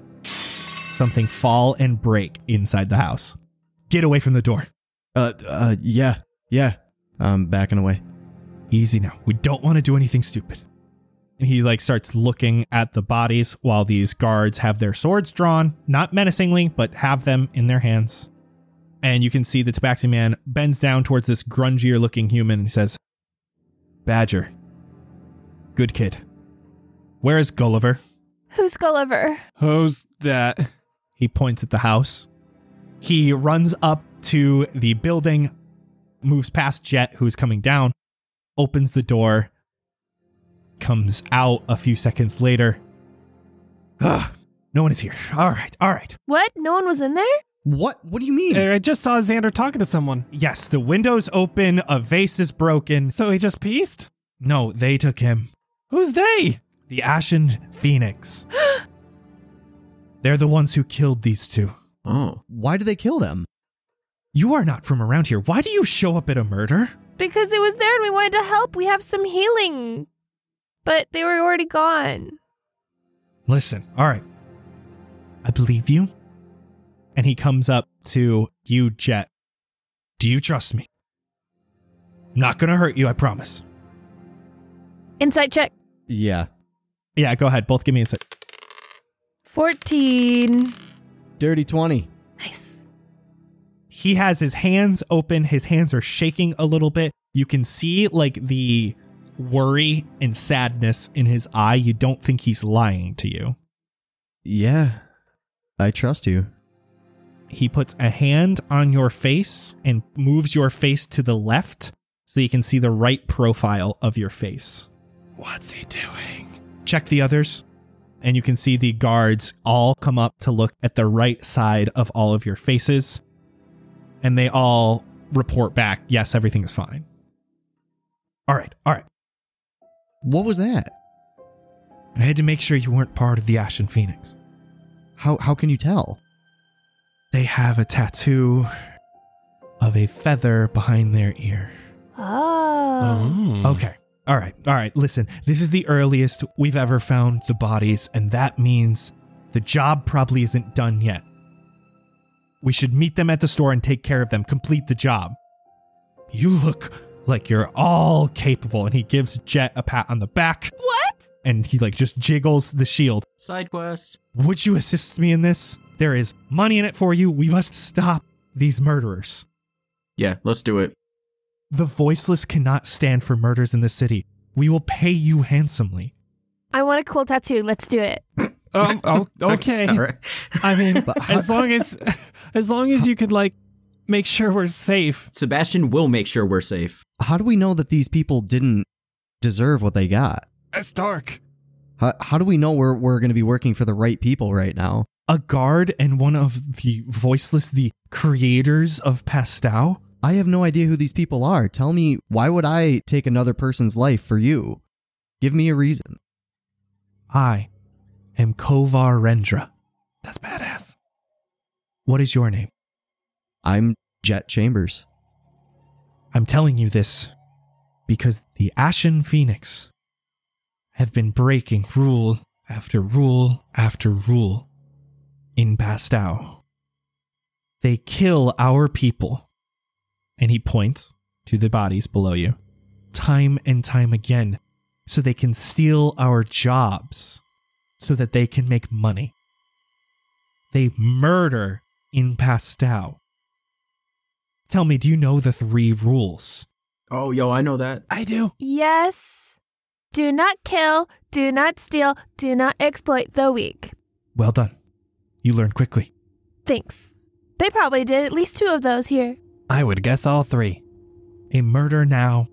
C: something fall and break inside the house. Get away from the door.
D: Uh, uh, yeah, yeah. I'm backing away.
C: Easy now. We don't want to do anything stupid. And he like starts looking at the bodies while these guards have their swords drawn, not menacingly, but have them in their hands. And you can see the Tabaxi man bends down towards this grungier looking human and he says, Badger. Good kid. Where is Gulliver?
E: Who's Gulliver?
C: Who's that? He points at the house. He runs up to the building, moves past Jet, who's coming down, opens the door, comes out a few seconds later. Ugh, no one is here. All right, all right.
E: What? No one was in there?
D: What? What do you mean?
I: I just saw Xander talking to someone.
C: Yes, the window's open, a vase is broken.
I: So he just pieced?
C: No, they took him.
I: Who's they?
C: The Ashen Phoenix. They're the ones who killed these two.
F: Oh.
D: Why do they kill them?
C: You are not from around here. Why do you show up at a murder?
E: Because it was there and we wanted to help. We have some healing. But they were already gone.
C: Listen, all right. I believe you. And he comes up to you, Jet. Do you trust me? I'm not going to hurt you, I promise.
E: Insight check.
D: Yeah.
C: Yeah, go ahead. Both give me insight.
E: 14.
D: Dirty 20.
E: Nice.
C: He has his hands open. His hands are shaking a little bit. You can see like the worry and sadness in his eye. You don't think he's lying to you.
D: Yeah. I trust you.
C: He puts a hand on your face and moves your face to the left so you can see the right profile of your face.
I: What's he doing?
C: check the others and you can see the guards all come up to look at the right side of all of your faces and they all report back yes everything is fine all right all right
D: What was that?
C: i had to make sure you weren't part of the ashen phoenix
D: How how can you tell?
C: they have a tattoo of a feather behind their ear
E: Oh.
C: Okay. All right. All right. Listen, this is the earliest we've ever found the bodies, and that means the job probably isn't done yet. We should meet them at the store and take care of them, complete the job. You look like you're all capable. And he gives Jet a pat on the back,
E: What?
C: and he, like, just jiggles the shield.
F: Side quest.
C: Would you assist me in this? There is money in it for you. We must stop these murderers.
F: Yeah, let's do it.
C: The voiceless cannot stand for murders in the city. We will pay you handsomely.
E: I want a cool tattoo. Let's do it.
I: Um, oh, okay.
F: Sorry.
I: I mean,
D: But-
I: as long as, as long as you could like make sure we're safe.
F: Sebastian will make sure we're safe.
D: How do we know that these people didn't deserve what they got?
B: That's dark.
D: How, how do we know we're, we're going to be working for the right people right now?
C: A guard and one of the voiceless, the creators of Pastow?
D: I have no idea who these people are. Tell me, why would I take another person's life for you? Give me a reason.
C: I am Kovar Rendra.
I: That's badass.
C: What is your name?
D: I'm Jet Chambers.
C: I'm telling you this because the Ashen Phoenix have been breaking rule after rule after rule in Pastow. They kill our people. And he points to the bodies below you. time and time again so they can steal our jobs so that they can make money. They murder in Pastow. Tell me, do you know the three rules?
F: Oh, yo, I know that.
A: I do.
E: Yes. Do not kill, do not steal, do not exploit the weak.
C: Well done. You learned quickly.
E: Thanks. They probably did at least two of those here.
I: I would guess all three.
C: A murder now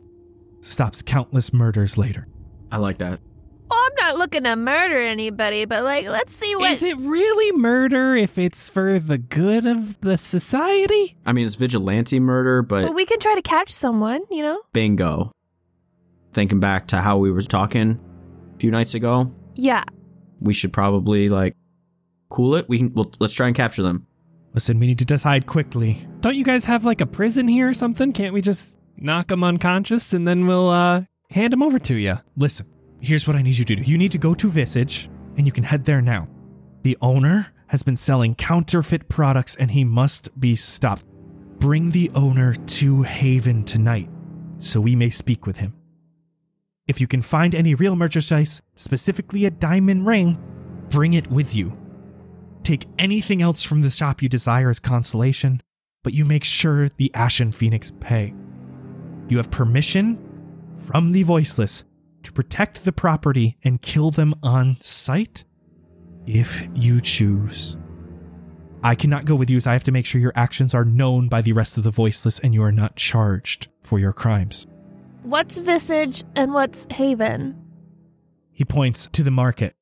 C: stops countless murders later.
F: I like that.
E: Well, I'm not looking to murder anybody, but like, let's see what.
I: Is it really murder if it's for the good of the society?
F: I mean, it's vigilante murder, but
E: Well, we can try to catch someone, you know?
F: bingo. Thinking back to how we were talking a few nights ago,
E: Yeah.
F: we should probably like cool it. We can. Well, let's try and capture them.
C: Listen, we need to decide quickly.
I: Don't you guys have like a prison here or something? Can't we just knock them unconscious and then we'll uh, hand them over to you?
C: Listen, here's what I need you to do. You need to go to Visage, and you can head there now. The owner has been selling counterfeit products, and he must be stopped. Bring the owner to Haven tonight so we may speak with him. If you can find any real merchandise, specifically a diamond ring, bring it with you. Take anything else from the shop you desire as consolation, but you make sure the Ashen Phoenix pay. You have permission from the Voiceless to protect the property and kill them on sight if you choose. I cannot go with you as I have to make sure your actions are known by the rest of the Voiceless and you are not charged for your crimes.
E: What's Visage and what's Haven?
C: He points to the market.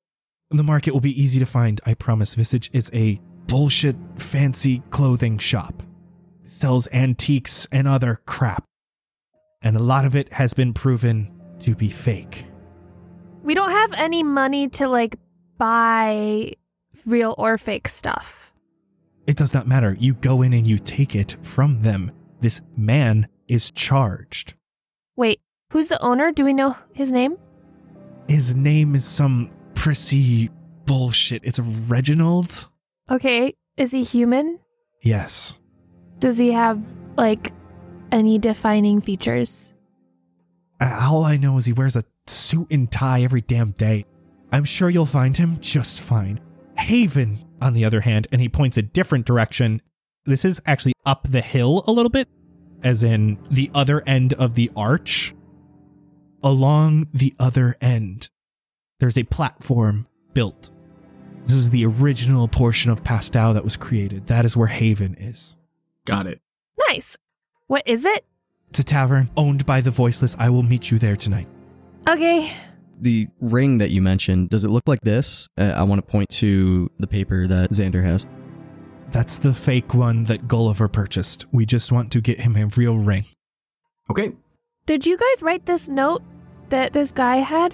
C: The market will be easy to find, I promise. Visage is a bullshit fancy clothing shop. Sells antiques and other crap. And a lot of it has been proven to be fake.
E: We don't have any money to like buy real or fake stuff.
C: It does not matter. You go in and you take it from them. This man is charged.
E: Wait, who's the owner? Do we know his name?
C: His name is some prissy bullshit. It's Reginald?
E: Okay, is he human?
C: Yes.
E: Does he have like any defining features?
C: Uh, All I know is he wears a suit and tie every damn day. I'm sure you'll find him just fine. Haven, on the other hand, and he points a different direction. This is actually up the hill a little bit, as in the other end of the arch. Along the other end, there's a platform built. This was the original portion of Pastow that was created. That is where Haven is.
F: Got it.
E: Nice. What is it?
C: It's a tavern owned by the voiceless. I will meet you there tonight.
E: Okay.
D: The ring that you mentioned, does it look like this? Uh, I want to point to the paper that Xander has.
C: That's the fake one that Gulliver purchased. We just want to get him a real ring.
F: Okay.
E: Did you guys write this note that this guy had?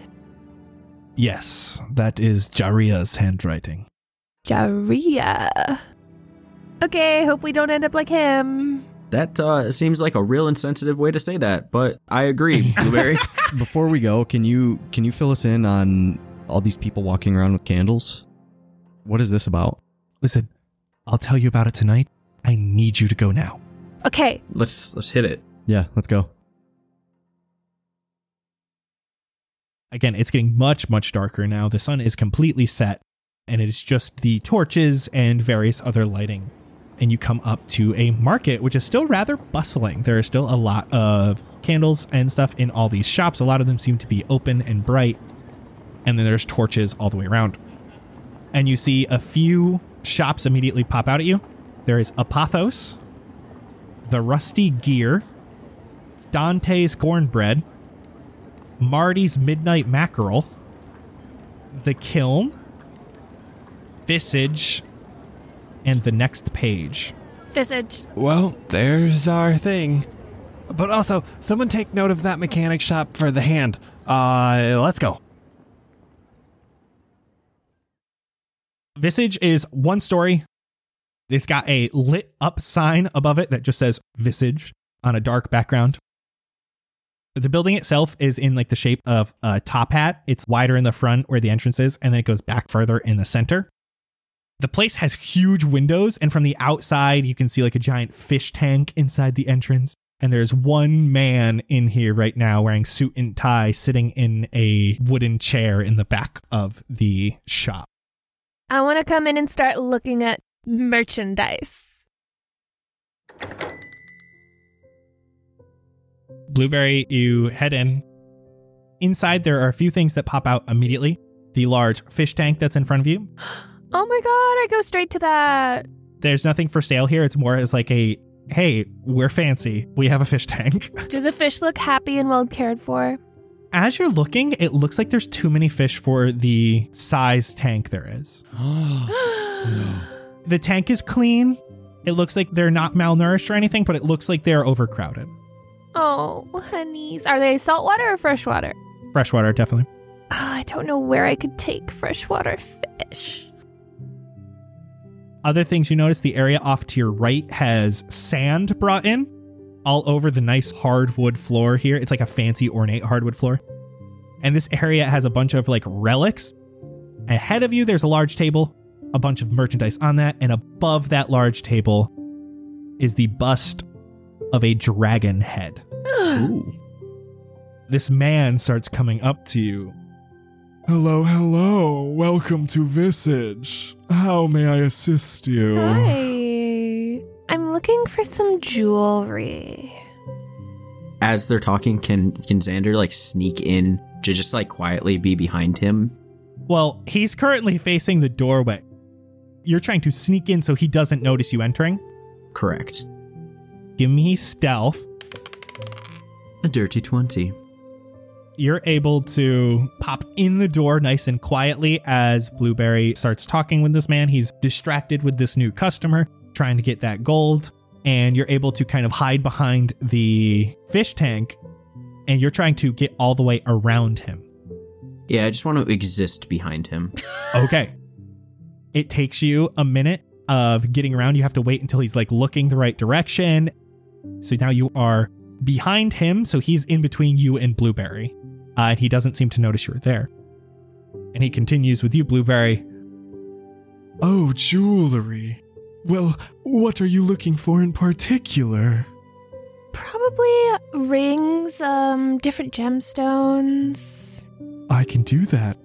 C: Yes, that is Jaria's handwriting.
E: Jaria. Okay, hope we don't end up like him.
F: That uh, seems like a real insensitive way to say that, but I agree, Blueberry.
D: Before we go, can you can you fill us in on all these people walking around with candles? What is this about?
C: Listen, I'll tell you about it tonight. I need you to go now.
E: Okay,
F: let's let's hit it.
D: Yeah, let's go.
C: Again, it's getting much, much darker now. The sun is completely set, and it is just the torches and various other lighting. And you come up to a market, which is still rather bustling. There are still a lot of candles and stuff in all these shops. A lot of them seem to be open and bright. And then there's torches all the way around. And you see a few shops immediately pop out at you. There is Apothos, The Rusty Gear, Dante's Cornbread, Marty's Midnight Mackerel, The Kiln, Visage, and the next page.
E: Visage.
I: Well, there's our thing. But also, someone take note of that mechanic shop for the hand. Uh, let's go.
C: Visage is one story. It's got a lit up sign above it that just says Visage on a dark background. The building itself is in like the shape of a top hat. It's wider in the front where the entrance is, and then it goes back further in the center. The place has huge windows, and from the outside, you can see like a giant fish tank inside the entrance. And there's one man in here right now wearing suit and tie sitting in a wooden chair in the back of the shop.
E: I want to come in and start looking at merchandise.
C: Blueberry, you head in. Inside, there are a few things that pop out immediately the large fish tank that's in front of you.
E: Oh my god, I go straight to that.
C: There's nothing for sale here. It's more as like a hey, we're fancy. We have a fish tank.
E: Do the fish look happy and well cared for?
C: As you're looking, it looks like there's too many fish for the size tank there is.
E: no.
C: The tank is clean. It looks like they're not malnourished or anything, but it looks like they're overcrowded.
E: Oh, honeys. Are they saltwater or freshwater?
C: Freshwater, definitely.
E: Oh, I don't know where I could take freshwater fish.
C: Other things you notice the area off to your right has sand brought in all over the nice hardwood floor here. It's like a fancy, ornate hardwood floor. And this area has a bunch of like relics. Ahead of you, there's a large table, a bunch of merchandise on that. And above that large table is the bust of a dragon head.
F: Ooh.
C: This man starts coming up to you
J: Hello, hello. Welcome to Visage. How may I assist you?
E: Hi. I'm looking for some jewelry.
F: As they're talking, can can Xander like sneak in to just like quietly be behind him?
C: Well, he's currently facing the doorway. You're trying to sneak in so he doesn't notice you entering?
F: Correct.
C: Give me stealth.
F: A dirty 20.
C: You're able to pop in the door nice and quietly as Blueberry starts talking with this man. He's distracted with this new customer trying to get that gold, and you're able to kind of hide behind the fish tank and you're trying to get all the way around him.
F: Yeah, I just want to exist behind him.
C: okay. It takes you a minute of getting around. You have to wait until he's like looking the right direction. So now you are behind him, so he's in between you and Blueberry. Uh, and he doesn't seem to notice you're there. And he continues with you, Blueberry.
J: Oh, jewelry. Well, what are you looking for in particular?
E: Probably rings, um, different gemstones.
J: I can do that.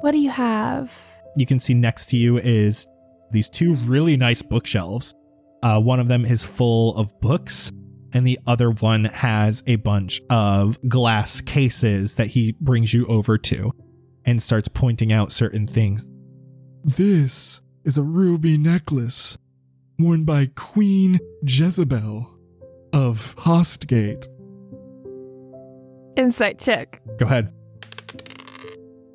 E: What do you have?
C: You can see next to you is these two really nice bookshelves. Uh, one of them is full of books, and the other one has a bunch of glass cases that he brings you over to and starts pointing out certain things.
J: This is a ruby necklace worn by Queen Jezebel of Hostgate.
E: Insight check.
C: Go ahead.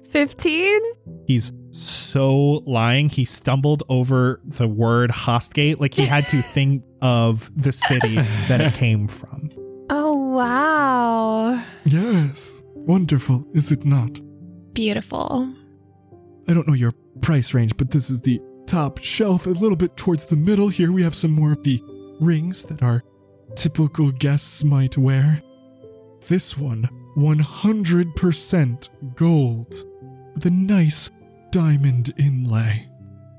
E: 15?
C: He's so lying. He stumbled over the word Hostgate. Like he had to think of the city that it came from.
E: Oh, wow.
J: Yes. Wonderful, is it not?
E: Beautiful.
J: I don't know your price range, but this is the top shelf, a little bit towards the middle. Here we have some more of the rings that our typical guests might wear. This one, 100% gold. The nice diamond inlay.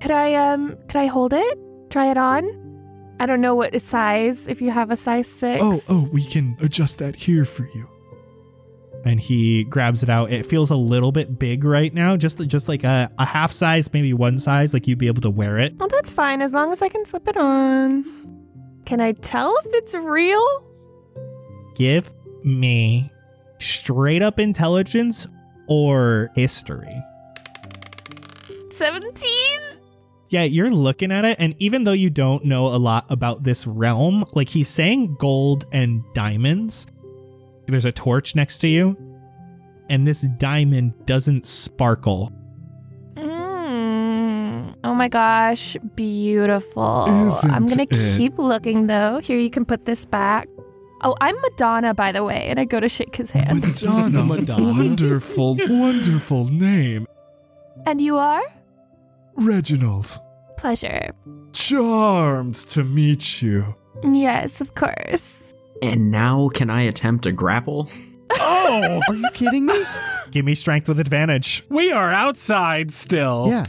E: Could I um could I hold it? Try it on? I don't know what size if you have a size 6.
J: Oh, oh, we can adjust that here for you.
C: And he grabs it out. It feels a little bit big right now, just just like a, a half size, maybe one size, like you'd be able to wear it.
E: Well, that's fine as long as I can slip it on. Can I tell if it's real?
C: Give me straight up intelligence or history.
E: 17?
C: Yeah, you're looking at it, and even though you don't know a lot about this realm, like he's saying gold and diamonds. There's a torch next to you, and this diamond doesn't sparkle.
E: Mm. Oh my gosh, beautiful.
J: Isn't
E: I'm gonna
J: it?
E: keep looking though. Here, you can put this back. Oh, I'm Madonna, by the way, and I go to shake his hand.
J: Madonna,
C: Madonna.
J: wonderful, wonderful name.
E: and you are?
J: Reginald,
E: Pleasure.
J: charmed to meet you.
E: Yes, of course.
F: And now can I attempt a grapple?
C: Oh!
D: Are you kidding me?
C: Give me strength with advantage.
I: We are outside still.
D: Yeah.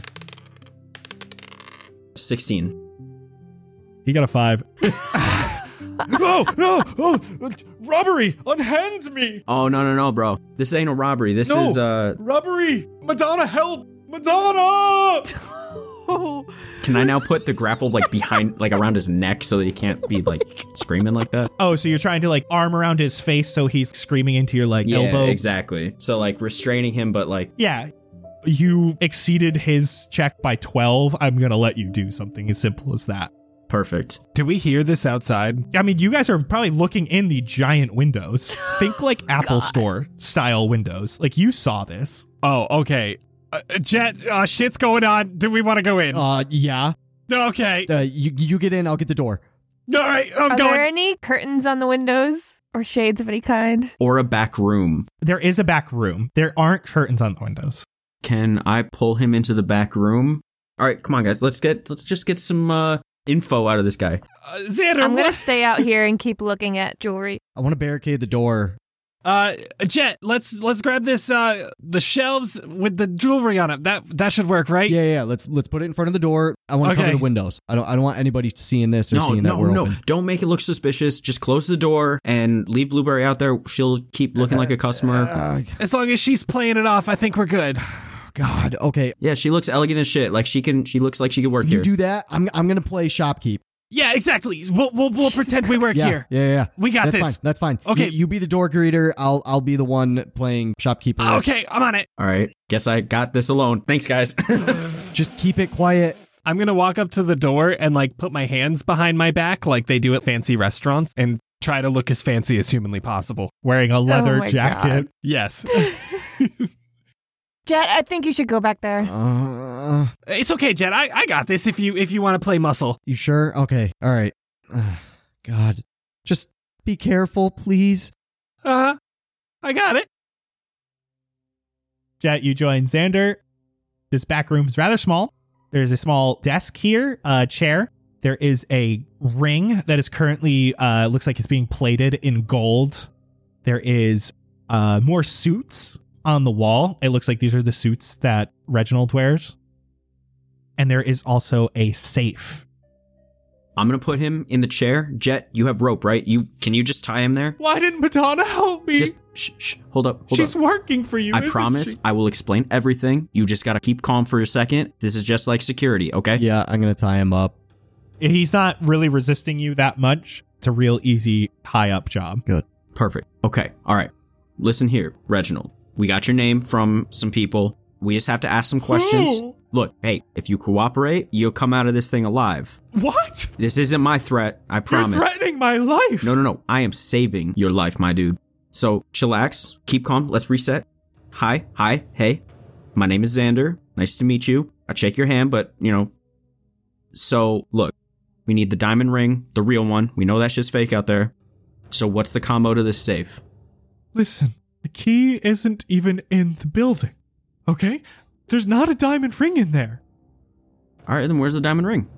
F: 16.
C: He got a five.
J: oh, no! Oh, robbery! Unhand me!
F: Oh no no no, bro! This ain't a robbery. This
J: No.
F: is uh.
J: Robbery! Madonna, help! Madonna!
F: Can I now put the grapple like behind, like around his neck, so that he can't be like screaming like that?
C: Oh, so you're trying to like arm around his face so he's screaming into your like
F: yeah,
C: elbow.
F: exactly. So like restraining him, but like
C: Yeah. You exceeded his check by 12. I'm going to let you do something as simple as that.
F: Perfect.
A: Do we hear this outside?
C: I mean, you guys are probably looking in the giant windows. Think like Apple Store style windows. Like you saw this.
A: Oh, okay. Uh, Jet, uh, shit's going on. Do we want to go in?
D: Uh, yeah.
A: Okay.
D: Uh, you you get in. I'll get the door.
A: All right, I'm
E: Are
A: going.
E: there any curtains on the windows or shades of any kind?
F: or a back room.
C: There is a back room. There aren't curtains on the windows.
F: Can I pull him into the back room? All right, come on, guys. Let's get let's just get some uh, info out of this guy.
J: Uh,
A: Xander,
E: I'm gonna stay out here and keep looking at jewelry.
D: I want to barricade the door.
A: Uh, Jet, let's let's grab this uh the shelves with the jewelry on it. That that should work, right?
D: Yeah, yeah. Let's let's put it in front of the door. I want to
A: Okay.
D: cover the windows. I don't I don't want anybody seeing this or
F: No,
D: seeing that
F: no,
D: we're
F: no!
D: open.
F: Don't make it look suspicious. Just close the door and leave Blueberry out there. She'll keep looking
D: Uh,
F: like a customer.
A: As long as she's playing it off, I think we're good.
D: God, okay.
F: yeah, she looks elegant as shit. Like she can, she looks like she could work
D: You
F: here.
D: do that. I'm I'm gonna play shopkeep.
A: Yeah, exactly. We'll we'll, we'll pretend we work
D: yeah,
A: here.
D: Yeah, yeah.
A: We got
D: That's
A: this.
D: Fine. That's fine.
A: Okay.
D: You, you be the door greeter. I'll I'll be the one playing shopkeeper.
A: Okay, I'm on it.
F: All right, guess I got this alone. Thanks, guys.
D: Just keep it quiet.
A: I'm gonna walk up to the door and like put my hands behind my back like they do at fancy restaurants and try to look as fancy as humanly possible.
C: Wearing a leather
E: my
C: jacket.
A: Yes.
E: Jet, I think you should go back there.
D: Uh,
A: it's okay, Jet. I, I got this if you if you want to play muscle.
D: you sure? Okay. All right. Ah, God, just be careful, please.
A: Uh-huh. I got it.
C: Jet, you join Xander. This back room is rather small. There's a small desk here, a chair. There is a ring that is currently uh, looks like it's being plated in gold. There is uh, more suits on the wall. It looks like these are the suits that Reginald wears. And there is also a safe.
F: I'm gonna put him in the chair. Jet, you have rope, right? You can you just tie him there?
J: Why didn't Madonna help me?
F: Just shh, shh, hold up, hold
J: She's
F: up.
J: working for you.
F: I
J: isn't
F: promise
J: she?
F: I will explain everything. You just gotta keep calm for a second. This is just like security, okay?
D: Yeah, I'm gonna tie him up.
C: He's not really resisting you that much. It's a real easy tie up job.
F: Perfect. Okay. All right. Listen here, Reginald. We got your name from some people. We just have to ask some questions.
J: Who?
F: Look, hey, if you cooperate, you'll come out of this thing alive.
J: What?
F: This isn't my threat, I promise.
J: You're threatening my life.
F: No, no, no. I am saving your life, my dude. So, chillax, keep calm, let's reset. Hi, hi, hey. My name is Xander. Nice to meet you. I shake your hand, but, you know. So, look, we need the diamond ring, the real one. We know that shit's fake out there. So, what's the combo to this safe?
J: Listen, the key isn't even in the building. Okay? There's not a diamond ring in there.
F: All right, then where's the diamond ring?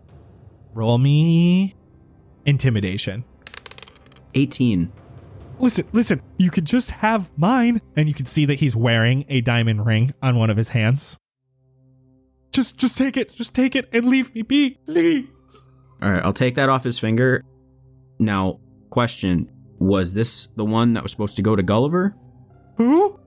C: Roll me intimidation.
F: 18.
C: Listen, listen, you could just have mine. And you can see that he's wearing a diamond ring on one of his hands.
J: Just just take it. Just take it and leave me be. Please.
F: All right, I'll take that off his finger. Now, question Was this the one that was supposed to go to Gulliver?
J: Who?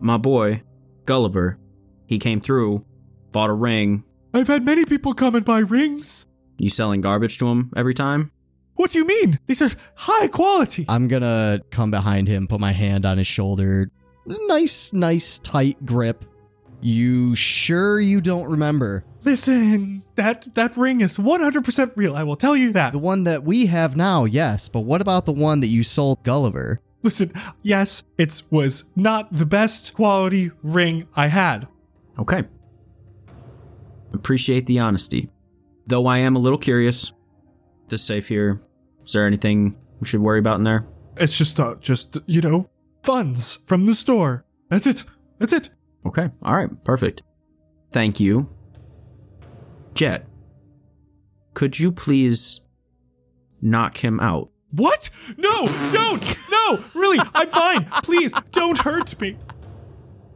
F: My boy, Gulliver, he came through, bought a ring.
J: I've had many people come and buy rings.
F: You selling garbage to him every time?
J: What do you mean? These are high quality.
D: I'm gonna come behind him, put my hand on his shoulder. Nice, nice, tight grip. You sure you don't remember?
J: Listen, that that ring is 100% real. I will tell you that.
D: The one that we have now, yes, but what about the one that you sold Gulliver?
J: Listen, yes, it was not the best quality ring I had.
F: Okay. Appreciate the honesty. Though I am a little curious. This safe here, is there anything we should worry about in there?
J: It's just uh just, you know, funds from the store. That's it. That's it.
F: Okay. All right. Perfect. Thank you. Jet, could you please knock him out?
J: What? No, don't. No, really. I'm fine. Please don't hurt me.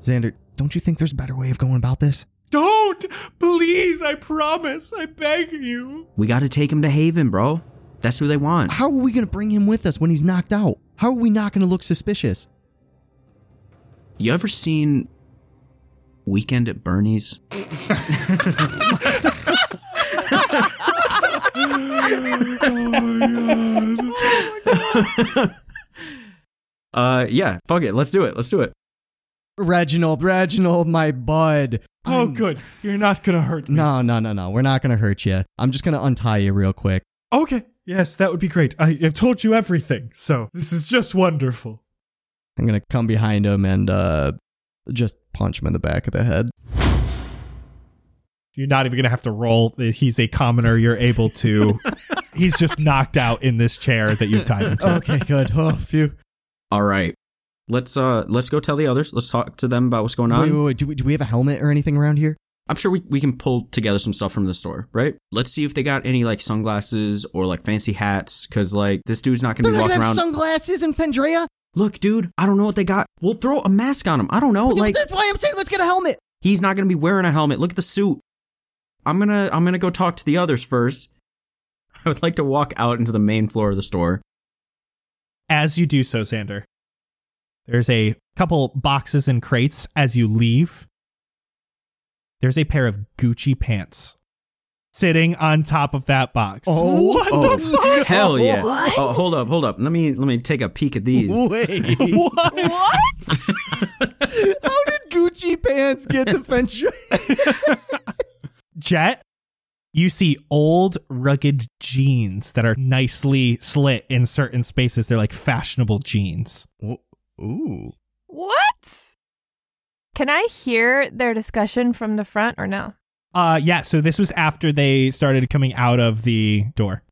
D: Xander, don't you think there's a better way of going about this?
J: Don't. Please, I promise. I beg you.
F: We got to take him to Haven, bro. That's who they want.
D: How are we going to bring him with us when he's knocked out? How are we not going to look suspicious?
F: You ever seen Weekend at Bernie's? uh, yeah. Fuck it. Let's do it. Let's do it.
D: Reginald, Reginald, my bud.
J: Oh, good. You're not going to hurt me.
D: No, no, no, no. We're not going to hurt you. I'm just going to untie you real quick.
J: Okay. Yes, that would be great. I have told you everything, so this is just wonderful.
D: I'm going to come behind him and uh, just punch him in the back of the head.
C: You're not even going to have to roll. He's a commoner. You're able to. He's just knocked out in this chair that you've tied him to.
D: Okay, good. Oh, phew.
F: All right. Let's uh let's go tell the others. Let's talk to them about what's going on.
D: Wait, wait, wait. Do we, do we have a helmet or anything around here?
F: I'm sure we, we can pull together some stuff from the store, right? Let's see if they got any like sunglasses or like fancy hats, because like this dude's not gonna
D: They're
F: be
D: not
F: walking
D: gonna
F: around.
D: have sunglasses and Pendrea?
F: Look, dude, I don't know what they got. We'll throw a mask on him. I don't know.
D: Dude,
F: Like
D: That's why I'm saying let's get a helmet.
F: he's not gonna be wearing a helmet. Look at the suit. I'm gonna I'm gonna go talk to the others first. I would like to walk out into the main floor of the store.
C: As you do so, Xander, there's a couple boxes and crates as you leave. There's a pair of Gucci pants sitting on top of that box.
D: Oh,
C: what
F: oh,
C: the fuck?
F: Hell yeah.
D: What?
F: Oh, hold up, hold up. Let me let me take a peek at these.
D: Wait.
C: What?
D: How did Gucci pants get to Pendrea?
C: Jet, you see old rugged jeans that are nicely slit in certain spaces. They're like fashionable jeans.
D: Ooh.
E: What? Can I hear their discussion from the front or no?
C: Uh yeah, so this was after they started coming out of the door.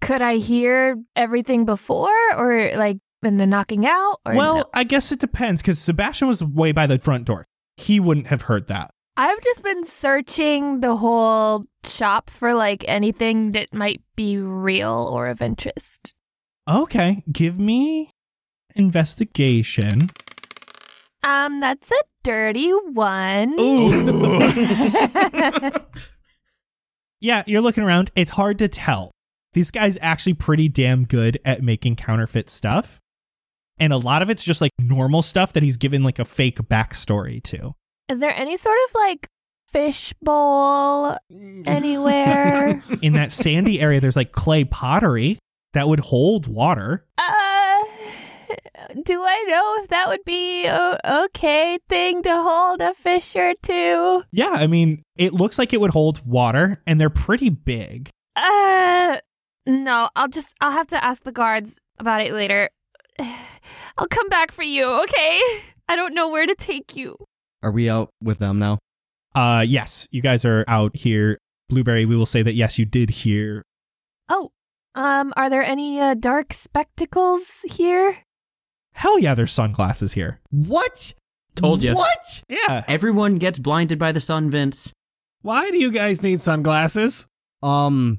E: Could I hear everything before or like in the knocking out? Or
C: well,
E: no?
C: I guess it depends cuz Sebastian was way by the front door. He wouldn't have heard that.
E: I've just been searching the whole shop for like anything that might be real or of interest.
C: Okay, give me investigation.
E: Um, that's a dirty one.
C: Yeah, you're looking around. It's hard to tell. These guys actually pretty damn good at making counterfeit stuff. And a lot of it's just like normal stuff that he's given like a fake backstory to.
E: Is there any sort of like fishbowl anywhere?
C: In that sandy area, there's like clay pottery that would hold water.
E: uh, do I know if that would be a okay thing to hold a fish or two?
C: Yeah, I mean, it looks like it would hold water and they're pretty big.
E: Uh, no. I'll just I'll have to ask the guards about it later. I'll come back for you, okay? I don't know where to take you.
D: Are we out with them now?
C: Uh yes, you guys are out here. Blueberry, we will say that yes, you did hear.
E: Oh, um, are there any uh, dark spectacles here?
C: Hell yeah, there's sunglasses here. Uh,
D: What?
F: Told you.
D: What?
A: Yeah.
F: Everyone gets blinded by the sun, Vince.
A: Why do you guys need sunglasses?
D: Um,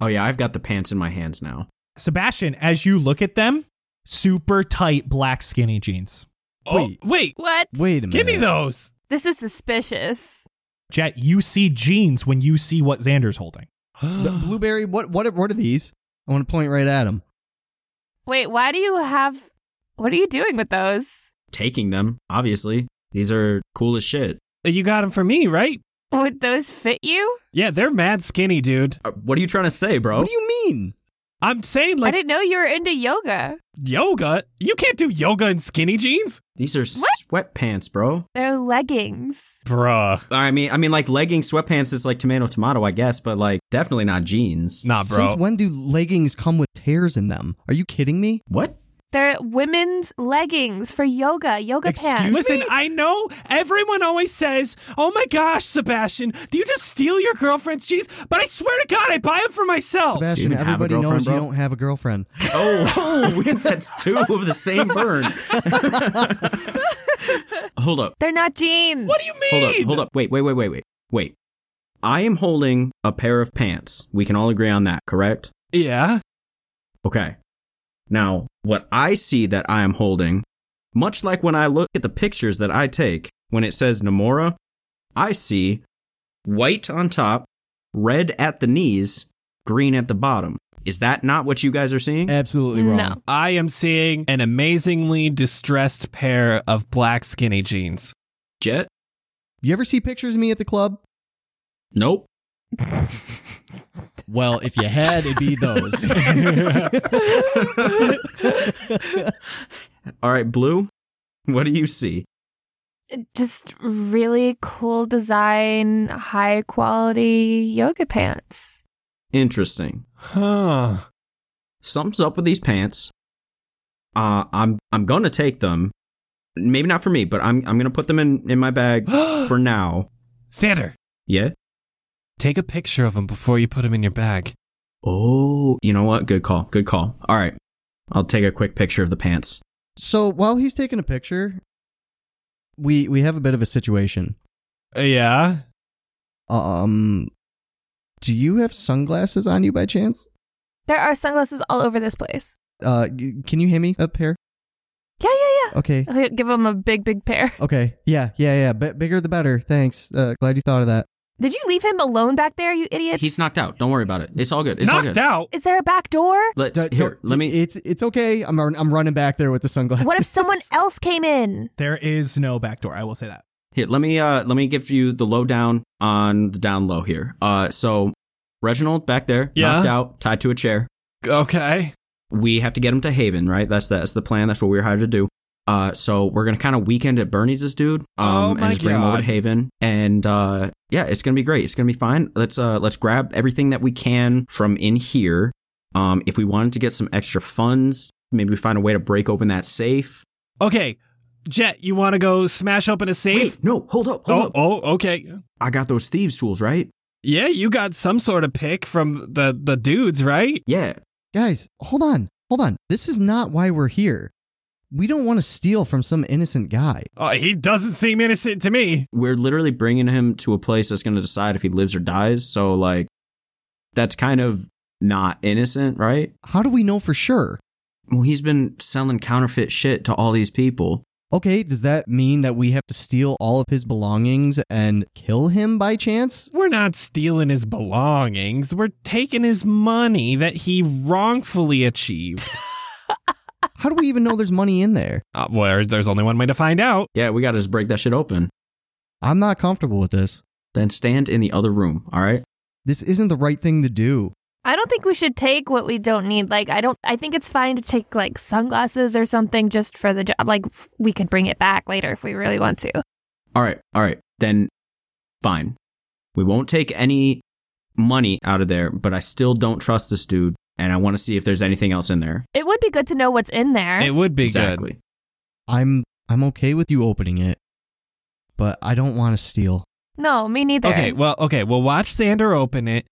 F: Oh yeah, I've got the pants in my hands now.
C: Sebastian, as you look at them, super tight black skinny jeans.
D: wait,
A: Oh, wait.
E: What?
D: wait a minute.
A: Give me those.
E: This is suspicious.
C: Jet, you see jeans when you see what Xander's holding.
D: The blueberry, what, what, are- what are these? I want to point right at him.
E: Wait, why do you have? What are you doing with those?
F: Taking them, obviously. These are cool as shit.
A: You got them for me, right?
E: Would those fit you?
A: Yeah, they're mad skinny, dude.
F: Uh, What are you trying to say, bro?
D: What do you mean?
A: I'm saying
E: I
A: like
E: didn't know you were into yoga.
A: yoga. You can't do yoga in skinny jeans,
F: These are sweatpants, bro.
E: They're leggings.
A: bruh.
F: I mean, I mean, like legging sweatpants is like tomato, tomato, I guess, but like definitely not jeans.
A: Nah, bro.
D: Since when do leggings come with tears in them? Are you kidding me?
F: What?
E: They're women's leggings for yoga, yoga
D: Excuse
E: pants.
A: Listen, I know everyone always says, "Oh my gosh, Sebastian, do you just steal your girlfriend's jeans?" But I swear to God, I buy them for myself.
D: Sebastian,
F: even have a
D: everybody
F: girlfriend,
D: knows
F: bro?
D: you don't have a girlfriend.
F: Oh, that's two of the same burn. hold up,
E: They're not jeans.
A: what do you mean?
F: hold up, hold up. Wait, wait, wait, wait, wait, wait. I am holding a pair of pants. We can all agree on that, correct?
A: Yeah.
F: Okay. Now, what I see that I am holding, much like when I look at the pictures that I take, when it says Nomura, I see white on top, red at the knees, green at the bottom. Is that not what you guys are seeing?
D: Absolutely
E: wrong.
A: I am seeing an amazingly distressed pair of black skinny jeans.
F: Jet?
D: You ever see pictures of me at the club?
F: Nope.
D: Well, if you had, it'd be those.
F: All right, Blue, what do you see?
E: Just really cool design, high quality yoga pants.
F: Interesting.
A: Huh.
F: Something's up with these pants. Uh, I'm I'm gonna take them. Maybe not for me, but I'm I'm gonna put them in in my bag for now.
A: Sander.
F: Yeah.
A: Take a picture of them before you put them in your bag.
F: Oh, you know what? Good call. Good call. All right, I'll take a quick picture of the pants.
D: So while he's taking a picture, we we have a bit of a situation.
F: Uh,
A: Yeah.
D: Um, do you have sunglasses on you by chance?
E: There are sunglasses all over this place.
D: Uh, y- can you hand me a pair?
E: Yeah, yeah, yeah.
D: Okay.
E: I'll give them a big, big pair.
D: Okay. Yeah. Yeah. Yeah. B- bigger the better. Thanks. Uh, glad you thought of that.
E: Did you leave him alone back there, you idiots?
F: He's knocked out. Don't worry about it. It's all good. It's all
A: Knocked
F: good.
A: out.
E: Is there a back door?
F: Let's
D: D-
F: here.
D: don't-
F: Let me.
D: It's it's okay. I'm run- I'm running back there with the sunglasses.
E: What if someone else came in?
C: There is no back door. I will say that.
F: Here, let me uh let me give you the lowdown on the down low here. Uh so Reginald back there,
A: Yeah.
F: knocked out, tied to a chair.
A: Okay.
F: We have to get him to Haven, right? That's that's the plan. That's what we were hired to do. Uh so we're gonna kinda weekend at Bernie's this dude. Um
A: Oh my
F: and just bring him over to
A: God.
F: Haven. And uh yeah, it's gonna be great. It's gonna be fine. Let's uh let's grab everything that we can from in here. Um if we wanted to get some extra funds, maybe we find a way to break open that safe.
A: Okay. Jet, you want to go smash open a safe?
F: Wait, no, hold up, hold
A: oh,
F: up.
A: oh, okay.
F: I got those thieves tools, right?
A: Yeah, you got some sort of pick from the the dudes, right?
F: Yeah.
D: Guys, hold on, hold on. This is not why we're here. We don't want to steal from some innocent guy.
A: Oh, he doesn't seem innocent to me.
F: we're literally bringing him to a place that's going to decide if he lives or dies. So like, that's kind of not innocent, right?
D: How do we know for sure?
F: Well, he's been selling counterfeit shit to all these people.
D: Okay, does that mean that we have to steal all of his belongings and kill him by chance?
A: We're not stealing his belongings. We're taking his money that he wrongfully achieved.
D: How do we even know there's money in there?
A: uh, well, there's- there's only one way to find out.
F: Yeah, we got to just break that shit open.
D: I'm not comfortable with this.
F: Then stand in the other room. All right.
D: This isn't the right thing to do.
E: I don't think we should take what we don't need. Like, I don't. I think it's fine to take like sunglasses or something just for the job. Like, f- we could bring it back later if we really want to.
F: All right. All right. Then fine. We won't take any money out of there, but I still don't trust this dude. And I want to see if there's anything else in there.
E: It would be good to know what's in there.
A: It would be
F: exactly.
D: I'm I'm okay with you opening it, but I don't want to steal.
E: no, me neither.
A: good. Okay, well, okay, well, watch Sander open it.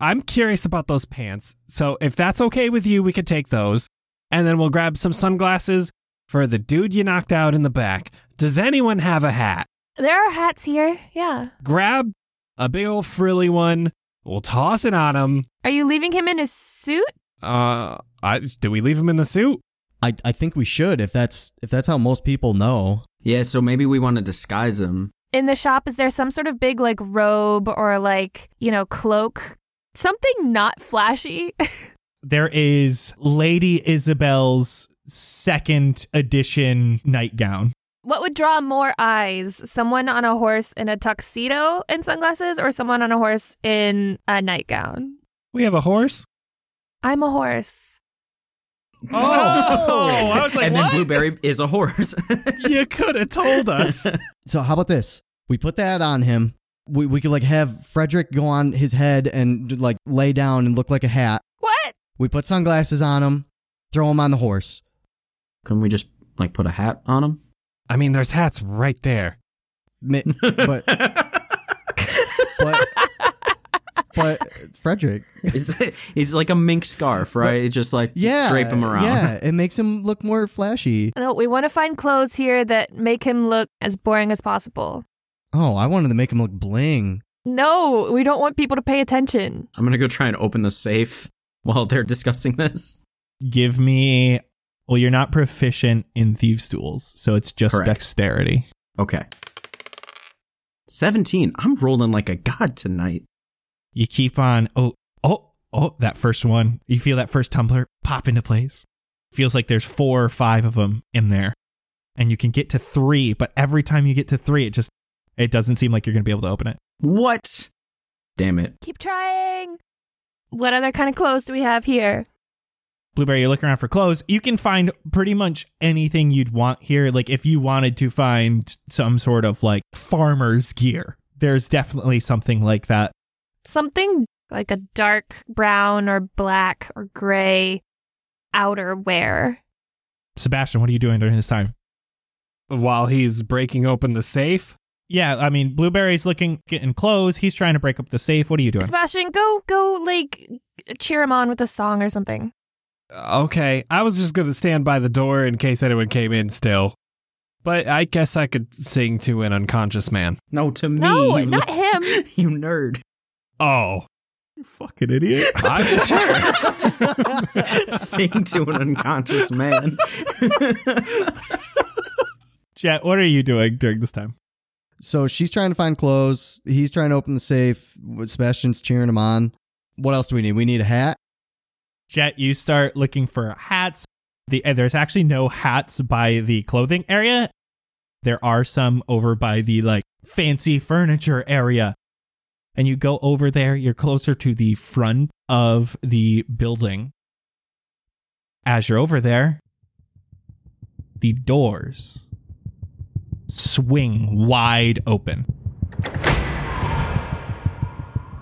A: I'm curious about those pants. So if that's okay with you, we could take those, and then we'll grab some sunglasses for the dude you knocked out in the back. Does anyone have a hat?
E: There are hats here. Yeah.
A: Grab a big old frilly one. We'll toss it on him.
E: Are you leaving him in his suit?
A: Uh, I, do we leave him in the suit?
D: I, I think we should if that's if that's how most people know.
F: Yeah. So maybe we want to disguise him.
E: In the shop, is there some sort of big like robe or like, you know, cloak? Something not flashy?
C: There is Lady Isabel's second edition nightgown.
E: what would draw more eyes? Someone on a horse in a tuxedo and sunglasses or someone on a horse in a nightgown?
A: We have a horse.
E: I'm a horse.
A: Oh, I was like,
F: and
A: what?
F: then Blueberry is a horse.
A: you could have told us.
D: So how about this? We put that on him. We we could like have Frederick go on his head and like lay down and look like a hat.
E: What?
D: We put sunglasses on him, throw him on the horse.
F: Can we just like put a hat on him?
A: I mean, there's hats right there.
D: Mi- But but but Frederick,
F: It's, it's like a mink scarf, right? It's just like
D: yeah,
F: drape him around.
D: Yeah, it makes him look more flashy.
E: No, we want to find clothes here that make him look as boring as possible.
D: Oh, I wanted to make him look bling.
E: No, we don't want people to pay attention.
F: I'm gonna go try and open the safe while they're discussing this.
C: Give me. Well, you're not proficient in thieves' tools, so it's just
F: Correct.
C: dexterity.
F: Okay. 17. I'm rolling like a god tonight.
C: You keep on. Oh, oh, Oh, that first one. You feel that first tumbler pop into place. Feels like there's four or five of them in there. And you can get to three, but every time you get to three, it just it doesn't seem like you're gonna be able to open it.
F: What? Damn it.
K: Keep trying. What other kind of clothes do we have here?
C: Blueberry, you're looking around for clothes. You can find pretty much anything you'd want here. Like if you wanted to find some sort of like farmer's gear, there's definitely something like that.
K: Something like a dark brown or black or gray outerwear.
C: Sebastian, what are you doing during this time?
A: While he's breaking open the safe?
C: Yeah, I mean, Blueberry's looking, getting clothes. He's trying to break up the safe. What are you doing?
K: Sebastian, go, go, like, cheer him on with a song or something.
A: Okay, I was just going to stand by the door in case anyone came in still. But I guess I could sing to an unconscious man.
F: No, to me.
K: No,
F: you-
K: not him.
F: you nerd.
A: Oh.
C: You fucking idiot.
A: I'm sure.
F: Sing to an unconscious man.
C: Jet, what are you doing during this time?
D: So she's trying to find clothes. He's trying to open the safe. Sebastian's cheering him on. What else do we need? We need a hat.
C: Jet, you start looking for hats. The uh, there's actually no hats by the clothing area. There are some over by the like fancy furniture area. And you go over there, you're closer to the front of the building. As you're over there, the doors swing wide open.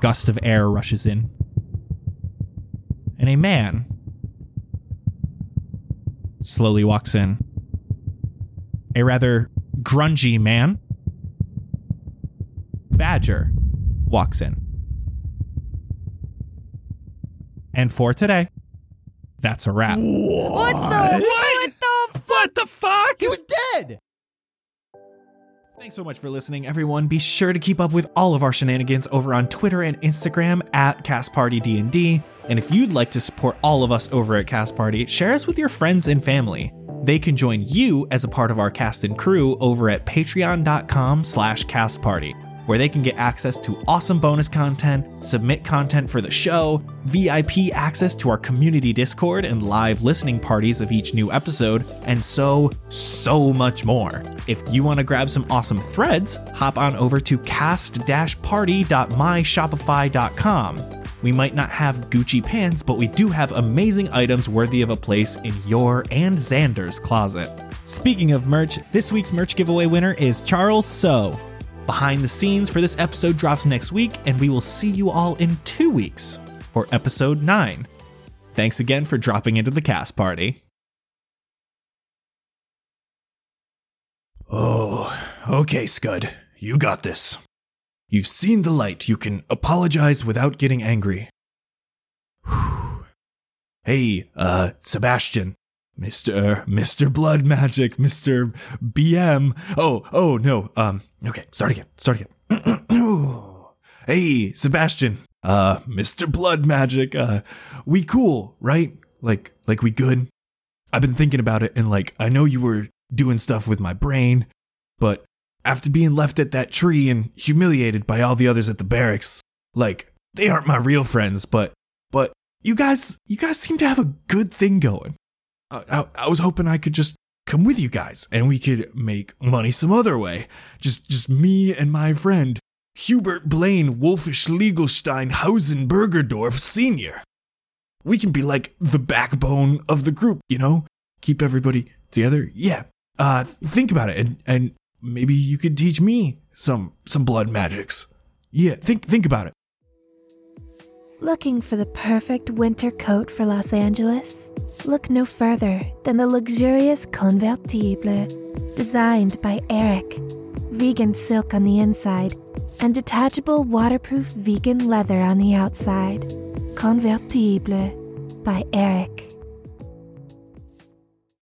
C: Gust of air rushes in and a man slowly walks in. A rather grungy man. Badger walks in. And for today, that's a wrap.
K: What the? What the?
C: What the fuck?
D: He was dead.
C: Thanks so much for listening, everyone. Be sure to keep up with all of our shenanigans over on Twitter and Instagram at Cast Party D&D. And if you'd like to support all of us over at Cast Party, share us with your friends and family. They can join you as a part of our cast and crew over at patreon.com slash castparty, where they can get access to awesome bonus content, submit content for the show, VIP access to our community Discord and live listening parties of each new episode, and so, so much more. If you want to grab some awesome threads, hop on over to cast-party.myshopify.com. We might not have Gucci pants, but we do have amazing items worthy of a place in your and Xander's closet. Speaking of merch, this week's merch giveaway winner is Charles So. Behind the scenes for this episode drops next week, and we will see you all in two weeks for episode 9. Thanks again for dropping into the cast party.
G: Oh, okay, Scud. You got this. You've seen the light. You can apologize without getting angry. Whew. hey, uh, Sebastian. Mr. Mr. Blood Magic, Mr. BM. Oh, oh no. Um, okay, start again. Start again. Ooh. hey, Sebastian. Uh, Mr. Blood Magic. Uh, we cool, right? Like, like we good? I've been thinking about it and like I know you were doing stuff with my brain, but after being left at that tree and humiliated by all the others at the barracks, like they aren't my real friends, but but you guys you guys seem to have a good thing going. I, I, I was hoping I could just come with you guys and we could make money some other way. Just just me and my friend Hubert Blaine Wolfish Liegelstein Hausenbergerdorf Sr. We can be like the backbone of the group, you know? Keep everybody together. Yeah. Uh think about it and and maybe you could teach me some some blood magics. Yeah, think think about it.
E: Looking for the perfect winter coat for Los Angeles? Look no further than the luxurious convertible, designed by Eric. Vegan silk on the inside and detachable waterproof vegan leather on the outside. Convertible by Eric.